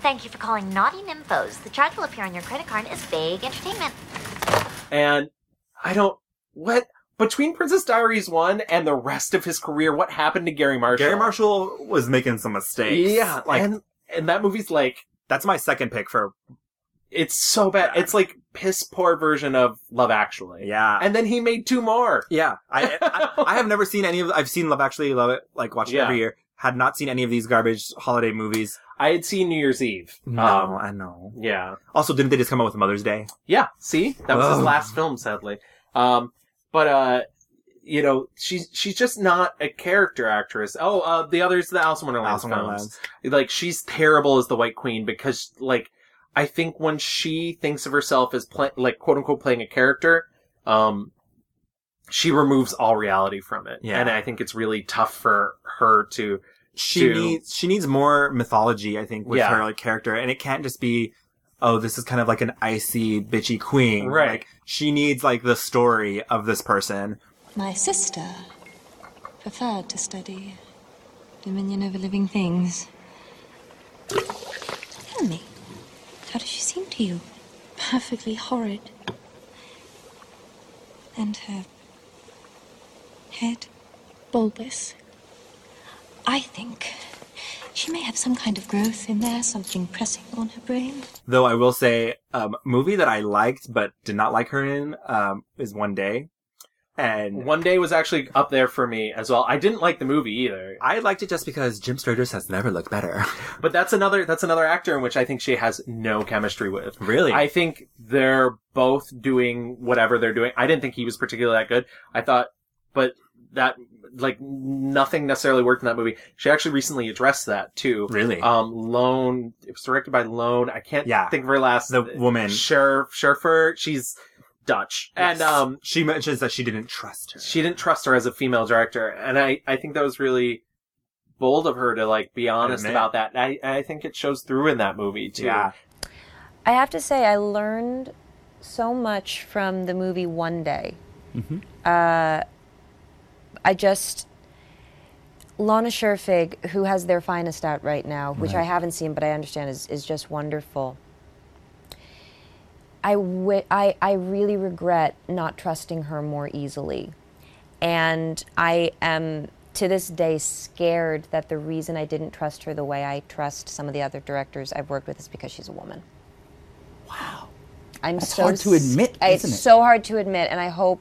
S18: Thank you for calling Naughty Nymphos. The charge will appear on your credit card as vague entertainment.
S2: And I don't what between Princess Diaries one and the rest of his career, what happened to Gary Marshall?
S1: Gary Marshall was making some mistakes.
S2: Yeah,
S1: like
S2: and and that movie's like
S1: that's my second pick for.
S2: It's so bad. It's like piss poor version of Love Actually.
S1: Yeah,
S2: and then he made two more.
S1: Yeah, I
S2: [LAUGHS]
S1: I, I have never seen any of. I've seen Love Actually, love it, like watch it
S2: Yeah.
S1: every year. Had not seen any of these garbage holiday movies.
S2: I had seen New Year's Eve.
S1: No,
S2: Um,
S1: I know.
S2: Yeah.
S1: Also, didn't they just come out with Mother's Day?
S2: Yeah, see? That was his
S1: Ugh.
S2: last film, sadly. Um, but, uh, you know, she's, she's just not a character actress. Oh, uh, the other's the Alice in Wonderland
S1: Alice in
S2: films. Like, she's terrible as the White Queen because, like, I think when she thinks of herself as, play- like, quote unquote, playing a character, um, she removes all reality from it.
S1: Yeah.
S2: And I think it's really tough for her to,
S1: She
S2: to-
S1: needs she needs more mythology, I think, with
S2: Yeah.
S1: her like character, and it can't just be, oh, this is kind of like an icy bitchy queen.
S2: Right.
S1: Like, she needs like the story of this person.
S19: My sister preferred to study dominion over living things. Tell me, how does she seem to you? Perfectly horrid. And her head bulbous. I think she may have some kind of growth in there, something pressing on her brain.
S1: Though I will say, um, movie that I liked but did not like her in um, is One Day, and
S2: One Day was actually up there for me as well. I didn't like the movie either.
S1: I liked it just because Jim Sturgis has never looked better. [LAUGHS]
S2: But that's another that's another actor in which I think she has no chemistry with.
S1: Really?
S2: I think they're both doing whatever they're doing. I didn't think he was particularly that good. I thought but that like nothing necessarily worked in that movie. She actually recently addressed that too.
S1: Really?
S2: Um Lone it was directed by Lone. I can't
S1: Yeah.
S2: think of her last
S1: The woman.
S2: Sheriff Sherifer. She's Dutch. And um
S1: she mentions that she didn't trust her.
S2: she didn't trust her as a female director, and I, I think that was really bold of her to like be honest
S1: Admit.
S2: about that. And I I think it shows through in that movie too.
S1: Yeah.
S4: I have to say, I learned so much from the movie One Day.
S8: Mhm.
S4: Uh, I just. Lana Scherfig, who has their finest out right now, which I
S8: Right.
S4: haven't seen, but I understand is, is just wonderful. I, wi- I, I really regret not trusting her more easily. And I am to this day scared that the reason I didn't trust her the way I trust some of the other directors I've worked with is because she's a woman. I'm
S20: That's
S4: so
S20: hard to admit,
S4: s- It's
S20: isn't it?
S4: so hard to admit, and I hope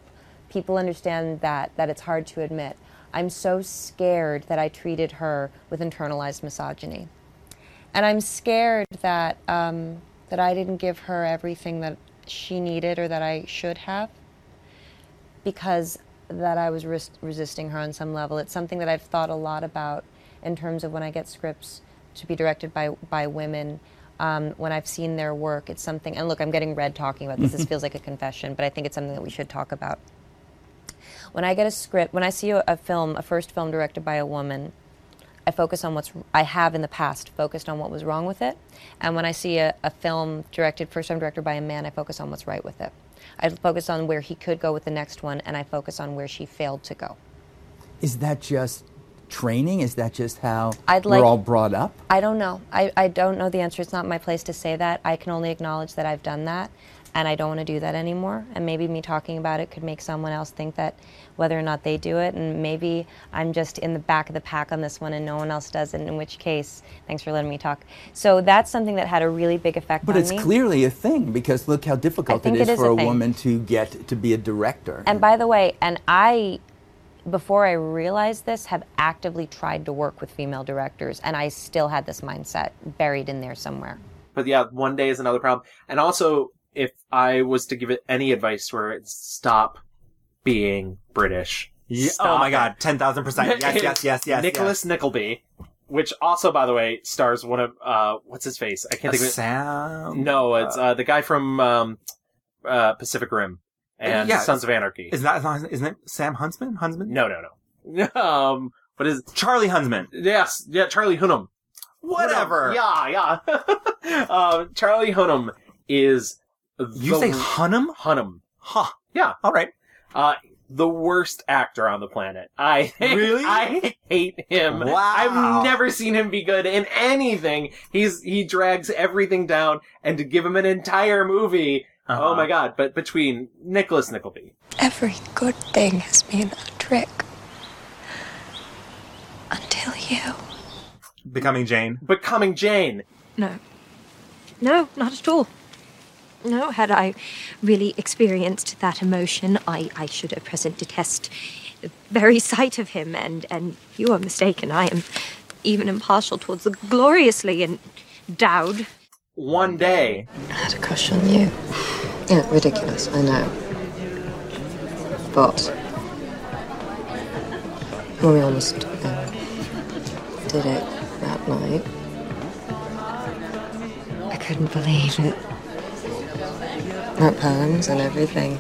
S4: people understand that that it's hard to admit. I'm so scared that I treated her with internalized misogyny, and I'm scared that um, that I didn't give her everything that she needed or that I should have, because that I was res- resisting her on some level. It's something that I've thought a lot about in terms of when I get scripts to be directed by by women um, when I've seen their work. It's something, and look, I'm getting red talking about this. this feels like a confession, but I think it's something that we should talk about. When I get a script, when I see a, a film, a first film directed by a woman, I focus on what's I have in the past focused on what was wrong with it, and when I see a, a film directed first time directed by a man, I focus on what's right with it. I focus on where he could go with the next one, and I focus on where she failed to go.
S20: Is that just training? Is that just how
S4: I'd like-
S20: we're all brought up?
S4: I don't know. I, I don't know the answer. It's not my place to say that. I can only acknowledge that I've done that and I don't want to do that anymore. And maybe me talking about it could make someone else think that whether or not they do it. And maybe I'm just in the back of the pack on this one and no one else does it, in which case, thanks for letting me talk. So that's something that had a really big effect
S20: But
S4: on
S20: it's
S4: me.
S20: clearly a thing because look how difficult
S4: think
S20: it is
S4: it is
S20: for
S4: a
S20: a
S4: thing.
S20: woman to get to be a director.
S4: And by the way, and I
S14: before I realized this, have actively tried to work with female directors, and I still had this mindset buried in there somewhere.
S2: But yeah, one day is another problem. And also, if I was to give it any advice where it's stop being British.
S1: Yeah,
S2: Stop
S1: oh my
S2: it.
S1: god,
S2: [LAUGHS]
S1: 10,000%. Yes, yes, yes, yes.
S2: Nicholas Nickleby, which also, by the way, stars one of uh, what's his face? I can't think of it.
S1: Sam.
S2: No, it's uh, the guy from um, uh, Pacific Rim and
S1: Yeah,
S2: Sons of Anarchy.
S1: Eh, Is that isn't it Sam Huntsman? Huntsman?
S2: No, no, no. [LAUGHS] um, what is
S1: Charlie Huntsman?
S2: Yes, yeah, Charlie Hunnam.
S1: Whatever.
S2: Yeah, yeah. [LAUGHS] um, Charlie Hunnam is. The,
S1: You say Hunnam?
S2: Hunnam.
S1: Ha.
S2: Yeah.
S1: All right.
S2: Uh, the worst actor on the planet. I
S1: Really?
S2: [LAUGHS] I hate him.
S1: Wow.
S2: I've never seen him be good in anything. He's he drags everything down, and to give him an entire movie,
S1: Uh-huh.
S2: oh my god! But between Nicholas Nickleby,
S19: Every good thing has been a trick. Until you.
S1: Becoming Jane.
S2: Becoming Jane.
S7: No. No, not at all.
S19: No, had I really experienced that emotion, I, I should at present detest the very sight of him, and, and you are mistaken. I am even impartial towards the gloriously endowed.
S2: one day
S19: I had a crush on you.
S21: Yeah, ridiculous, I know. But we almost uh, did it that night. I couldn't believe it. Wrote poems and everything.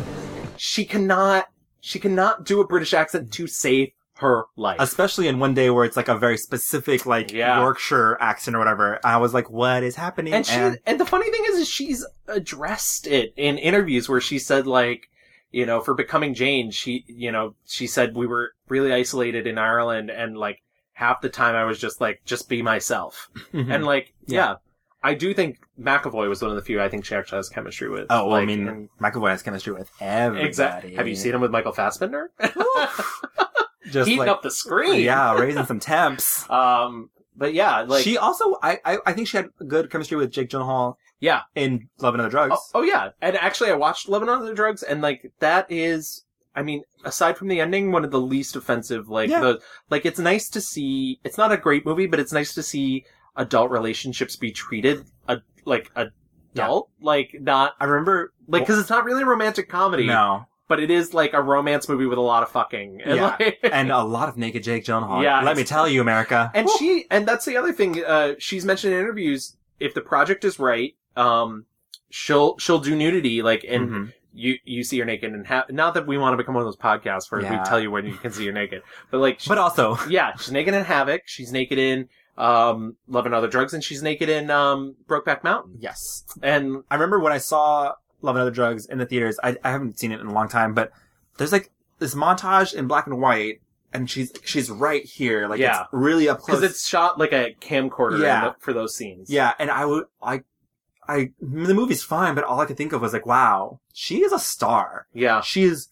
S2: she cannot she cannot do a British accent to save her life.
S1: Especially in one day where it's like a very specific, like Yorkshire accent or whatever. I was like, what is happening?
S2: And she and the funny thing is, is she's addressed it in interviews where she said like, you know, for becoming Jane, she you know she said we were really isolated in Ireland and like half the time I was just like just be myself
S1: Mhm.
S2: and like yeah.
S1: Yeah.
S2: I do think McAvoy was one of the few I think she actually has chemistry with.
S1: Oh, well, I
S2: Like,
S1: mean,
S2: and-
S1: McAvoy has chemistry with everybody.
S2: Exact- Have you seen him with Michael Fassbender? [LAUGHS]
S1: Just
S2: Heating
S1: like-
S2: up the screen.
S1: Yeah, raising some temps.
S2: Um, but yeah, [LAUGHS] like
S1: she also, I, I, I think she had good chemistry with Jake Gyllenhaal.
S2: Yeah,
S1: in Love and Other Drugs.
S2: Oh, oh, yeah, and actually, I watched Love and Other Drugs, and like that is, I mean, aside from the ending, one of the least offensive. Like
S1: Yeah.
S2: the like, it's nice to see. It's not a great movie, but it's nice to see adult relationships be treated uh, like adult, like not.
S1: I remember
S2: like because it's not really a romantic comedy.
S1: No.
S2: But it is like a romance movie with a lot of fucking. And,
S1: yeah,
S2: like- [LAUGHS]
S1: and a lot of naked Jake Gyllenhaal.
S2: Yeah,
S1: let me
S2: it's-
S1: tell you, America.
S2: and she and that's the other thing uh she's mentioned in interviews if the project is right um she'll she'll do nudity like and
S1: Mhm.
S2: you you see her naked and ha- not that we want to become one of those podcasts where
S1: Yeah.
S2: we tell you when you can see her naked but like
S1: But uh, also-
S2: yeah she's naked in havoc she's naked in um love and other drugs and she's naked in um brokeback mountain
S1: yes
S2: and
S1: I remember when I saw Love and Other Drugs in the theaters. I, I haven't seen it in a long time, but there's like this montage in black and white, and she's she's right here, like
S2: Yeah.
S1: it's really up close.
S2: because it's shot like a camcorder in
S1: Yeah.
S2: the- for those scenes
S1: yeah, and I would I I the movie's fine, but all I could think of was like, wow, she is a star.
S2: Yeah,
S1: she is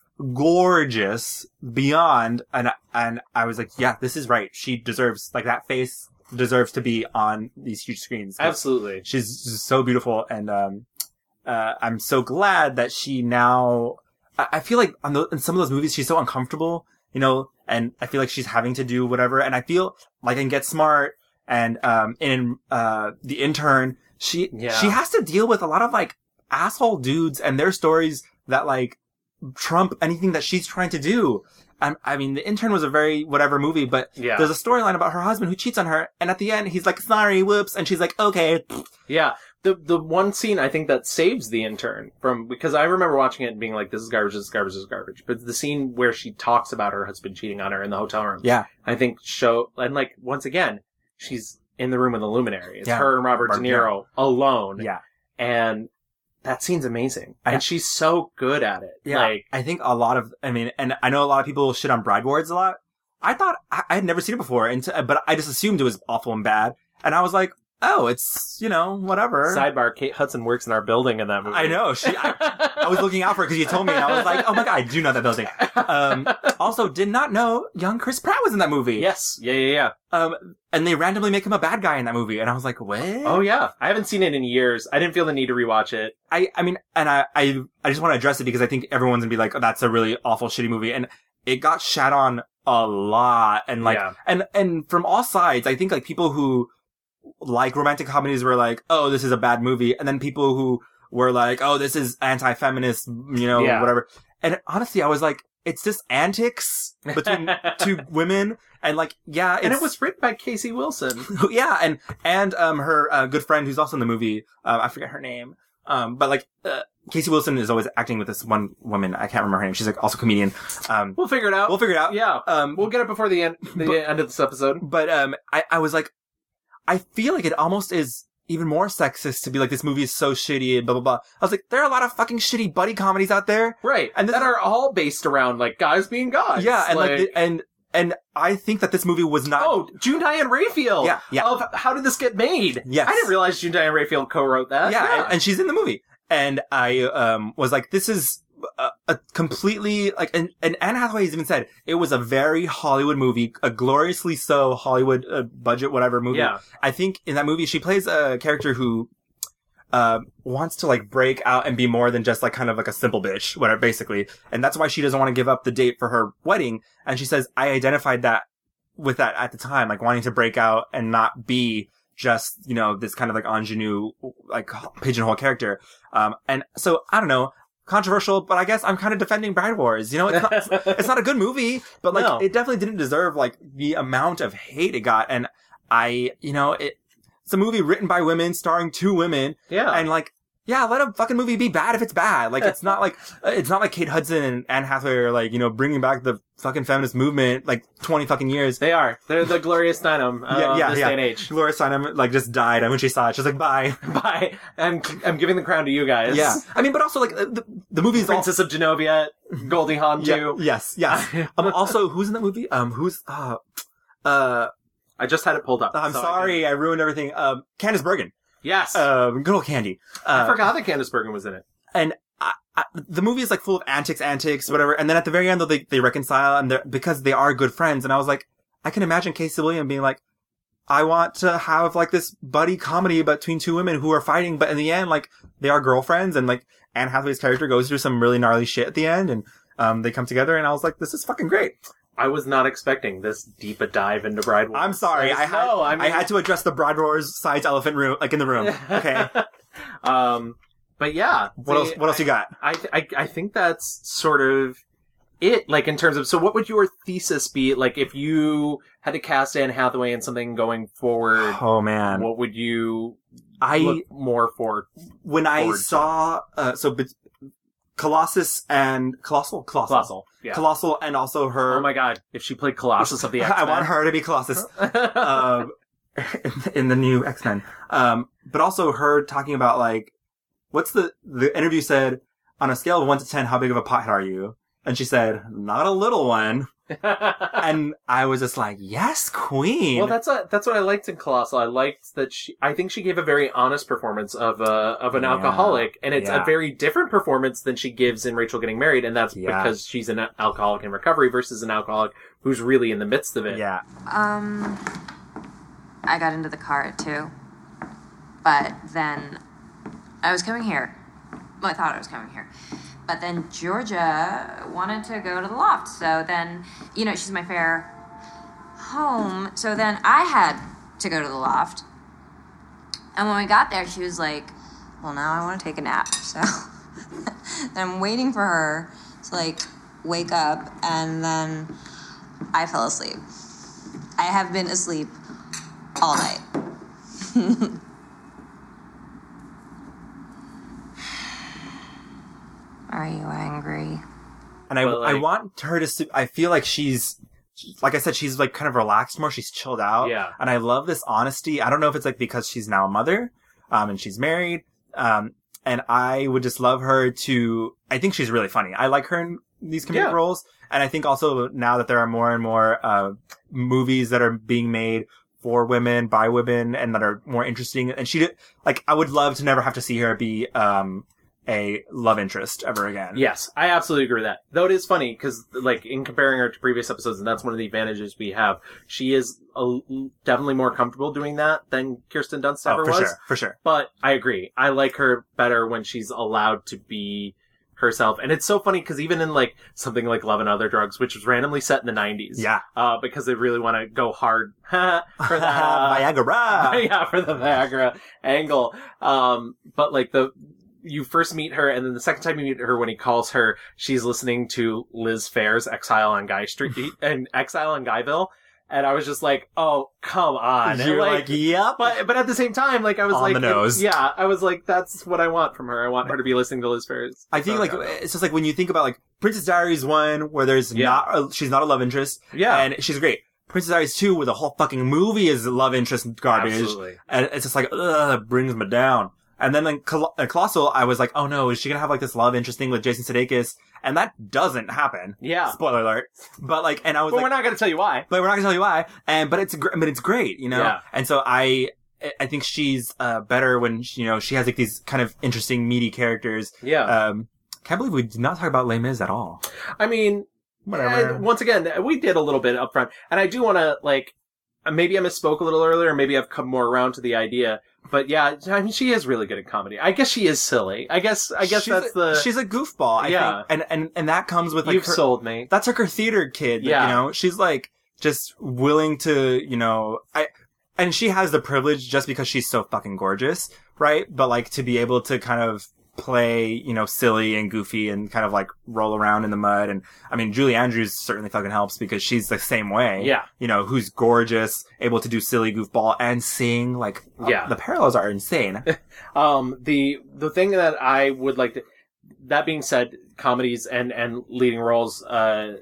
S1: gorgeous beyond, and and I was like, yeah, this is right. She deserves like that face deserves to be on these huge screens. 'Cause
S2: absolutely
S1: She's just so beautiful, and um, uh, I'm so glad that she now. I, I feel like on the, in some of those movies, she's so uncomfortable, you know, and I feel like she's having to do whatever. And I feel like in Get Smart and um, in uh, The Intern, she
S2: Yeah.
S1: she has to deal with a lot of like asshole dudes and their stories that like trump anything that she's trying to do. And I mean, The Intern was a very whatever movie, but
S2: Yeah.
S1: there's a storyline about her husband who cheats on her, and at the end, he's like, "Sorry, whoops," and she's like, "Okay."
S2: Yeah. The the one scene I think that saves the intern from because I remember watching it and being like, This is garbage, this is garbage, this is garbage. But the scene where she talks about her husband cheating on her in the hotel room.
S1: Yeah.
S2: I think show and like once again, she's in the room with the luminary. It's
S1: Yeah.
S2: her and Robert De
S1: Robert De
S2: Niro alone.
S1: Yeah.
S2: And that scene's amazing.
S1: I-
S2: and she's so good at it.
S1: Yeah,
S2: Like
S1: I think a lot of, I mean, and I know a lot of people shit on Bride Wards a lot. I thought I, I had never seen it before, and t- but I just assumed it was awful and bad, and I was like, oh, it's you know whatever.
S2: sidebar, Kate Hudson works in our building in that movie.
S1: I know she. I, I was looking out for it because you told me, and I was like, oh my god, I do know that building.
S2: [LAUGHS]
S1: Um, also, did not know young Chris Pratt was in that movie.
S2: [LAUGHS] Yes. Yeah, yeah, yeah.
S1: Um, and they randomly make him a bad guy in that movie, and I was like, what?
S2: Oh yeah. I haven't seen it in years. I didn't feel the need to rewatch it.
S1: I, I mean, and I, I, I just want to address it because I think everyone's gonna be like, oh, that's a really awful, shitty movie. And it got shat on a lot and like
S2: Yeah.
S1: and and from all sides i think like people who like romantic comedies were like oh this is a bad movie and then people who were like oh this is anti-feminist you know
S2: Yeah.
S1: whatever and honestly i was like it's just antics
S2: [LAUGHS]
S1: between two women and like yeah
S2: and
S1: it's-
S2: it was written by Casey Wilson.
S1: [LAUGHS] yeah, and and um her uh, good friend who's also in the movie, uh, I forget her name, um, but like uh, Casey Wilson is always acting with this one woman. I can't remember her name. She's like also a comedian. Um,
S2: We'll figure it out.
S1: We'll figure it out.
S2: Yeah.
S1: Um,
S2: we'll get it before the end. The end of this episode.
S1: But um, I I was like, I feel like it almost is even more sexist to be like this movie is so shitty and blah blah blah. I was like, there are a lot of fucking shitty buddy comedies out there,
S2: right?
S1: And this
S2: that are all based around like guys being gods.
S1: yeah, and like,
S2: Like-
S1: the, and and I think that this movie was not.
S2: Oh, June Diane Raphael.
S1: Uh, Yeah, yeah.
S2: Of how did this get made?
S1: Yes.
S2: I didn't realize June Diane Raphael co-wrote that.
S1: yeah, And, and she's in the movie. And I um was like, this is a, a completely like, and, and Anne Hathaway has even said it was a very Hollywood movie, a gloriously so Hollywood uh, budget whatever movie. [LAUGHS]
S2: Yeah.
S1: I think in that movie she plays a character who. Uh, wants to like break out and be more than just like kind of like a simple bitch, whatever, basically. And that's why she doesn't want to give up the date for her wedding. And she says, I identified that with that at the time, like wanting to break out and not be just, you know, this kind of like ingenue, like pigeonhole character. Um, and so I don't know, controversial, but I guess I'm kind of defending Bride Wars. You know,
S2: [LAUGHS]
S1: it's not, it's not a good movie, but like
S2: No.
S1: it definitely didn't deserve like the amount of hate it got. And I, you know, it, it's a movie written by women, starring two women.
S2: Yeah.
S1: And like, yeah, let a fucking movie be bad if it's bad. Like, it's not like, it's not like Kate Hudson and Anne Hathaway are like, you know, bringing back the fucking feminist movement like 20 fucking years.
S2: They are. They're the Gloria Steinem uh, of this day and age. [LAUGHS]
S1: Gloria Steinem like just died, and when she saw it, she's like, "Bye,
S2: bye." I'm I'm giving the crown to you guys.
S1: Yeah, I mean, but also like uh, the, the movie's
S2: Princess of Genovia, Goldie Hawn
S1: Yeah,
S2: too.
S1: Yes,
S2: [LAUGHS]
S1: yes. [LAUGHS] um, also, who's in that movie? Um, who's uh, uh,
S2: I just had it pulled up.
S1: I'm
S2: so I
S1: sorry, I, ruined everything. Um, Candice Bergen.
S2: Yes.
S1: Um, good old Candy. Uh,
S2: I forgot that Candace Bergen was in it.
S1: and I, I, the movie is like full of antics, antics, whatever. And then at the very end, though, they they reconcile, and they're because they are good friends. And I was like, I can imagine Casey William being like, I want to have like this buddy comedy between two women who are fighting, but in the end, like they are girlfriends, and like Anne Hathaway's character goes through some really gnarly shit at the end, and um they come together, and I was like, this is fucking great.
S2: I was not expecting this deep a dive into Bride Wars.
S1: I'm sorry, I had
S2: No, I
S1: I,
S2: mean-
S1: had to address the broad roars sides elephant room, like in the [LAUGHS]
S2: [LAUGHS]
S1: room. Okay,
S2: Um, but yeah,
S1: What else- what else you got?
S2: I, I I think that's sort of it. Like in terms of, so what would your thesis be? Like if you had to cast Anne Hathaway in something going forward,
S1: oh man,
S2: what would you?
S1: I
S2: look more for
S1: when I
S2: forward to?
S1: saw uh, so bet Colossus and Colossal, Colossal,
S2: Colossal, yeah.
S1: Colossal, and also her.
S2: Oh my god! If she played Colossus of the X-Men,
S1: [LAUGHS] I want her to be Colossus um, [LAUGHS] in the new X Men. Um, but also her talking about like, what's the the interview said on a scale of one to ten, how big of a pothead are you? And she said, not a little one.
S2: [LAUGHS]
S1: and I was just like, yes, queen.
S2: Well, that's a, that's what I liked in Colossal. I liked that she. I think she gave a very honest performance of a of an
S1: Yeah.
S2: alcoholic, and it's
S1: Yeah.
S2: a very different performance than she gives in Rachel Getting Married, and that's
S1: Yeah.
S2: because she's an alcoholic in recovery versus an alcoholic who's really in the midst of it.
S1: Yeah.
S3: Um, I got into the car at two, but then I was coming here. Well, I thought I was coming here, but then Georgia wanted to go to the loft. So then, you know, she's my fair home. So then I had to go to the loft, and when we got there, she was like, "Well, now I want to take a nap." [LAUGHS] So then I'm waiting for her to like wake up, and then I fell asleep. I have been asleep all night. [LAUGHS] Are you angry?
S1: and I,
S3: But, like-
S1: I want her to. su- I feel like she's, like I said, she's like kind of relaxed more. She's chilled out.
S2: Yeah.
S1: And I love this honesty. I don't know if it's like because she's now a mother, um, and she's married, um, and I would just love her to. I think she's really funny. I like her in these comedic
S2: Yeah.
S1: roles, and I think also now that there are more and more uh, movies that are being made for women by women and that are more interesting, and she did like I would love to never have to see her be um a love interest ever again.
S2: Yes, I absolutely agree with that. Though it is funny because, like, in comparing her to previous episodes, and that's one of the advantages we have. She is a, definitely more comfortable doing that than Kirsten Dunst
S1: Oh,
S2: ever
S1: for
S2: was.
S1: sure, for sure.
S2: But I agree. I like her better when she's allowed to be herself. And it's so funny because even in like something like Love and Other Drugs, which was randomly set in the 90s.
S1: Yeah.
S2: Uh, because they really want to
S1: [LAUGHS]
S2: go hard [LAUGHS] for uh, the
S1: Viagra. [LAUGHS]
S2: yeah, for the Viagra angle. Um, but like the, you first meet her, and then the second time you meet her, when he calls her, she's listening to Liz Fair's "Exile on
S1: [LAUGHS]
S2: Guy Street" and "Exile on Guyville," and I was just like, "Oh, come on!" And,
S1: You're like, yep.
S2: but but at the same time, like I was
S1: On
S2: like,
S1: the nose.
S2: yeah, I was like, that's what I want from her. I want her to be listening to Liz Fair's.
S1: I think like it's just like when you think about like Princess Diaries one where there's not a, she's not a love interest.
S2: Yeah.
S1: and she's great. Princess Diaries two where the whole fucking movie is love interest garbage.
S2: Absolutely.
S1: and it's just like ugh, it brings me down. And then like Col- uh, Colossal, I was like, oh no, is she gonna have like this love interest thing with Jason Sudeikis? And that doesn't happen.
S2: Yeah.
S1: spoiler alert. But like, and I was
S2: But
S1: like,
S2: we're not gonna tell you why.
S1: But we're not gonna tell you why. And but it's gr- but it's great, you know.
S2: Yeah.
S1: And so I I think she's uh better when you know she has like these kind of interesting meaty characters.
S2: Yeah.
S1: Um, can't believe we did not talk about Les Mis at all.
S2: I mean,
S1: Whatever.
S2: uh, once again, we did a little bit up front, and I do want to like, uh, maybe I misspoke a little earlier, maybe I've come more around to the idea. But yeah, I mean, she is really good at comedy. I guess she is silly. I guess I guess
S1: She's
S2: that's
S1: a-
S2: the
S1: she's a goofball. I
S2: Yeah.
S1: think. and and and that comes with like
S2: You've
S1: her-
S2: sold me.
S1: That's like her theater kid. that,
S2: Yeah.
S1: you know, she's like just willing to you know I. And she has the privilege just because she's so fucking gorgeous, right? But like to be able to kind of play, you know, silly and goofy and kind of like roll around in the mud. And I mean, Julie Andrews certainly fucking helps because she's the same way.
S2: Yeah.
S1: You know, who's gorgeous, able to do silly goofball and sing. Like, uh,
S2: Yeah.
S1: the parallels are insane.
S2: [LAUGHS] um the the thing that I would like to. That being said, comedies and and leading roles, uh,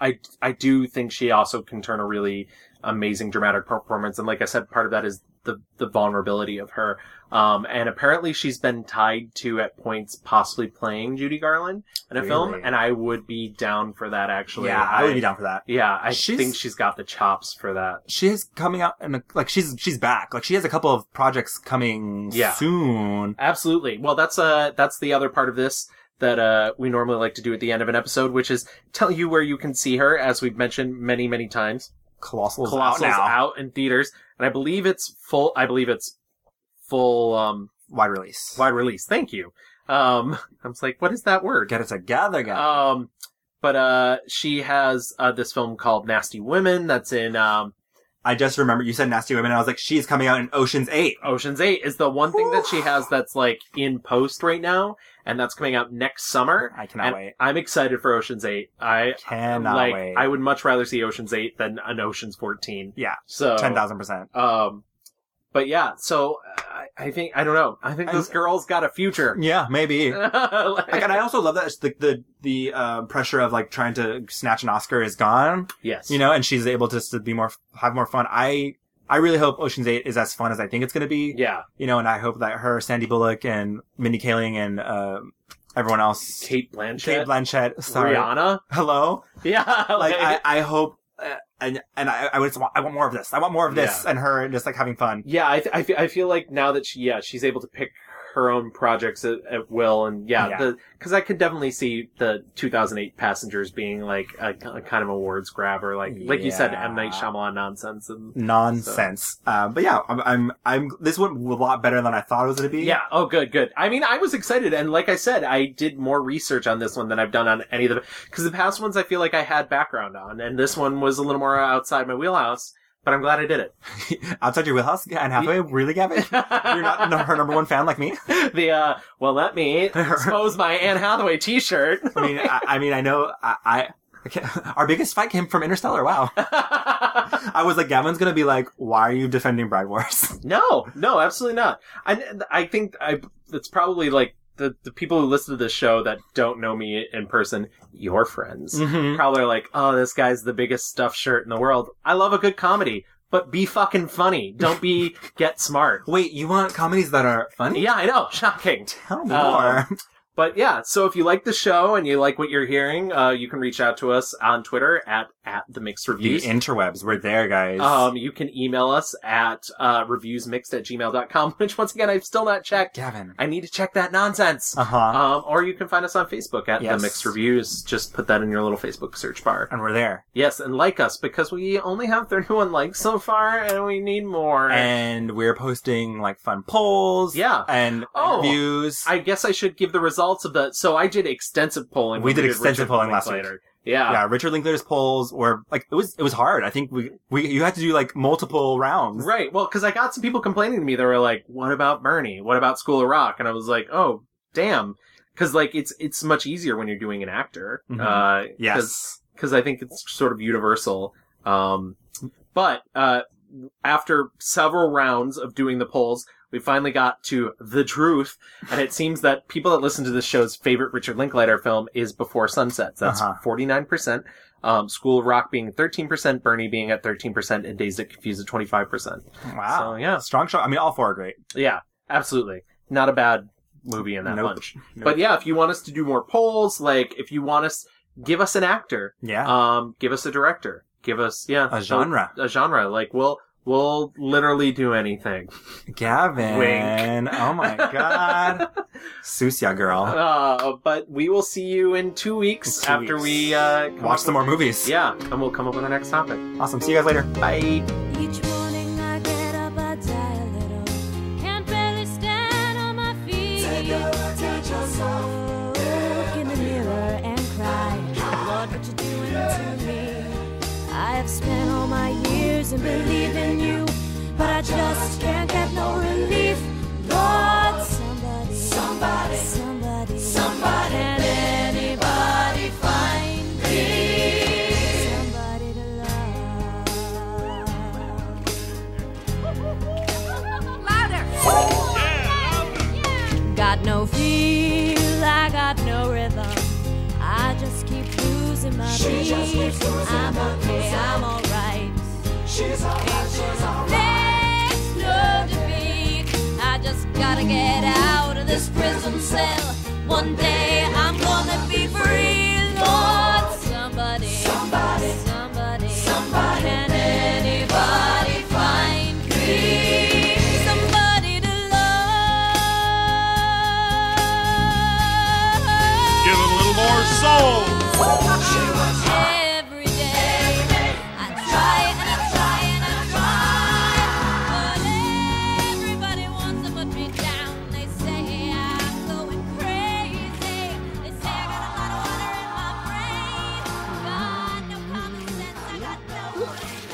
S2: I I do think she also can turn a really amazing dramatic performance, and like I said, part of that is the the vulnerability of her. Um, and apparently she's been tied to at points possibly playing Judy Garland in a film,
S1: Really?
S2: and I would be down for that actually.
S1: Yeah, I would be down for that.
S2: Yeah, I
S1: She's-
S2: think she's got the chops for that.
S1: she is coming out and like she's she's back. Like she has a couple of projects coming
S2: Yeah.
S1: soon.
S2: Absolutely. Well, that's uh that's the other part of this that uh we normally like to do at the end of an episode, which is tell you where you can see her, as we've mentioned many many times.
S1: Colossal's,
S2: Colossal's
S1: out now.
S2: out in theaters, and I believe it's full. I believe it's full um
S1: wide release.
S2: Wide release. Thank you. Um, [LAUGHS] I was like, what is that word?
S1: Get it together, guys.
S2: Um, but uh, she has uh this film called Nasty Women that's in um.
S1: I just remember you said Nasty Women, and I was like, she's coming out in Ocean's Eight.
S2: Ocean's Eight is the one thing that she has that's like in post right now, and that's coming out next summer.
S1: I cannot
S2: And
S1: wait.
S2: I'm excited for Ocean's Eight. I
S1: Cannot
S2: like.
S1: wait.
S2: I would much rather see Ocean's Eight than an Ocean's Fourteen.
S1: Yeah,
S2: So
S1: ten thousand percent.
S2: Um, but yeah, so I, I think I don't know. I think this girl's got
S1: [LAUGHS]
S2: a future. [LAUGHS]
S1: Yeah, maybe.
S2: Uh, like,
S1: Like, and I also love that it's the the the uh, pressure of like trying to snatch an Oscar is gone.
S2: Yes.
S1: you know, and she's able to, to be more have more fun. I I really hope Ocean's Eight is as fun as I think it's going to be.
S2: Yeah.
S1: you know, and I hope that her, Sandy Bullock, and Mindy Kaling, and uh, everyone else,
S2: Kate Blanchett,
S1: Kate Blanchett, sorry,
S2: Rihanna. [LAUGHS] Oh,
S1: hello,
S2: Yeah,
S1: like I, I hope. Uh, and and I, I would just want I want more of this. I want more of this
S2: Yeah.
S1: and her just like having fun.
S2: Yeah, I, th- I, feel, I feel like now that she, yeah, she's able to pick her own projects at, at will, and yeah,
S1: Yeah.
S2: because I could definitely see the 2008 Passengers being like a, a kind of awards grabber, like like you said, M Night Shyamalan nonsense and
S1: Nonsense. Um, but yeah, I'm, I'm I'm this went a lot better than I thought it was gonna be.
S2: Yeah. Oh, good, good. I mean, I was excited, and like I said, I did more research on this one than I've done on any of the because the past ones I feel like I had background on, and this one was a little more outside my wheelhouse. But I'm glad I did it.
S1: [LAUGHS] outside your wheelhouse and halfway really Gavin. [LAUGHS] You're not no- her number one fan like me.
S2: [LAUGHS] The uh, well,
S1: [LAUGHS]
S2: let me expose my Anne Hathaway T-shirt.
S1: I mean, I, I mean, I know I. I I can't- [LAUGHS] our biggest fight came from Interstellar. Wow. I was like, Gavin's gonna be like, why are you defending Bride Wars?
S2: [LAUGHS] No, no, absolutely not. I, I think I, it's probably like the, the people who listen to this show that don't know me in person, your friends,
S1: Mhm.
S2: probably are like, oh, this guy's the biggest stuff shirt in the world. I love a good comedy, but be fucking funny. Don't be get smart.
S1: Wait, you want comedies that are funny?
S2: Yeah, I know. Shocking.
S1: Tell
S2: Um,
S1: me more.
S2: but yeah, so if you like the show and you like what you're hearing, uh, you can reach out to us on Twitter at, at the
S1: [LAUGHS]
S2: mixed
S1: The
S2: reviews.
S1: interwebs, we're there, guys.
S2: Um, you can email us at uh, reviewsmixed at gmail.com, [LAUGHS] which once again, I've still not checked.
S1: Gavin.
S2: I need to check that nonsense.
S1: Uh-huh.
S2: Um, or you can find us on Facebook at
S1: Yes.
S2: The Mixed Reviews. Just put that in your little Facebook search bar.
S1: and we're there.
S2: Yes, and like us because we only have 31 likes so far and we need more.
S1: And we're posting like fun polls.
S2: Yeah.
S1: And
S2: Oh,
S1: reviews.
S2: I guess I should give the results of the. So I did extensive polling.
S1: We
S2: when
S1: did extensive
S2: Richard
S1: polling last
S2: Linklater.
S1: week.
S2: Yeah.
S1: yeah. Richard Linklater's polls were like it was it was hard. I think we we you had to do like multiple rounds.
S2: Right. Well, because I got some people complaining to me. They were like, "What about Bernie? What about School of Rock?" And I was like, "Oh, damn," because like it's it's much easier when you're doing an actor.
S1: Mhm.
S2: Uh,
S1: Yes.
S2: Because I think it's sort of universal. Um, but uh, after several rounds of doing the polls, we finally got to the truth, and it seems that people that listen to this show's favorite Richard Linklater film is Before Sunsets. That's
S1: Uh-huh.
S2: 49%. Um, School of Rock being 13%, Bernie being at 13%, and Days That Confuse at 25%.
S1: Wow.
S2: So, yeah.
S1: Strong shot. I mean, all four are great.
S2: Yeah, absolutely. Not a bad movie in that
S1: Nope.
S2: bunch. But yeah, if you want us to do more polls, like if you want us, give us an actor.
S1: Yeah.
S2: Um, give us a director. Give us yeah
S1: A genre.
S2: A, genre. Like we'll we'll literally
S1: [LAUGHS]
S2: do anything.
S1: Gavin.
S2: Wink.
S1: Oh my god.
S2: [LAUGHS]
S1: Susia girl.
S2: Uh, but we will see you in two weeks
S1: two
S2: after
S1: weeks.
S2: we uh, come
S1: Watch
S2: up
S1: some more
S2: with-
S1: movies.
S2: Yeah, and we'll come up with our next topic.
S1: Awesome. See you guys later.
S2: Bye.
S14: Each morning I get up, I die a little. Can't barely stand on my feet. Take a look at yourself. Look in the mirror and cry. Lord, what you doing to me? I have spent all my years in believing you, but I just can't get no relief. Lord, somebody, somebody, somebody, somebody. Can anybody find me? Somebody to Louder! Got no feel, I got no rhythm. I just keep losing my
S22: She
S14: beat.
S22: just keeps losing
S14: I'm
S22: her
S14: okay,
S22: reason.
S14: I'm alright.
S22: She's alright, she's
S14: alright. no defeat. I just gotta get out of this prison cell. One day I'm gonna be free. Lord, somebody, somebody, somebody, somebody. Can anybody find me? Somebody to
S23: Give it a little more soul.
S14: Every day, I try and I try and I try, but everybody wants to put me down. They say I'm going crazy. They say I got a lot of water in my brain. God, no common sense, I got no.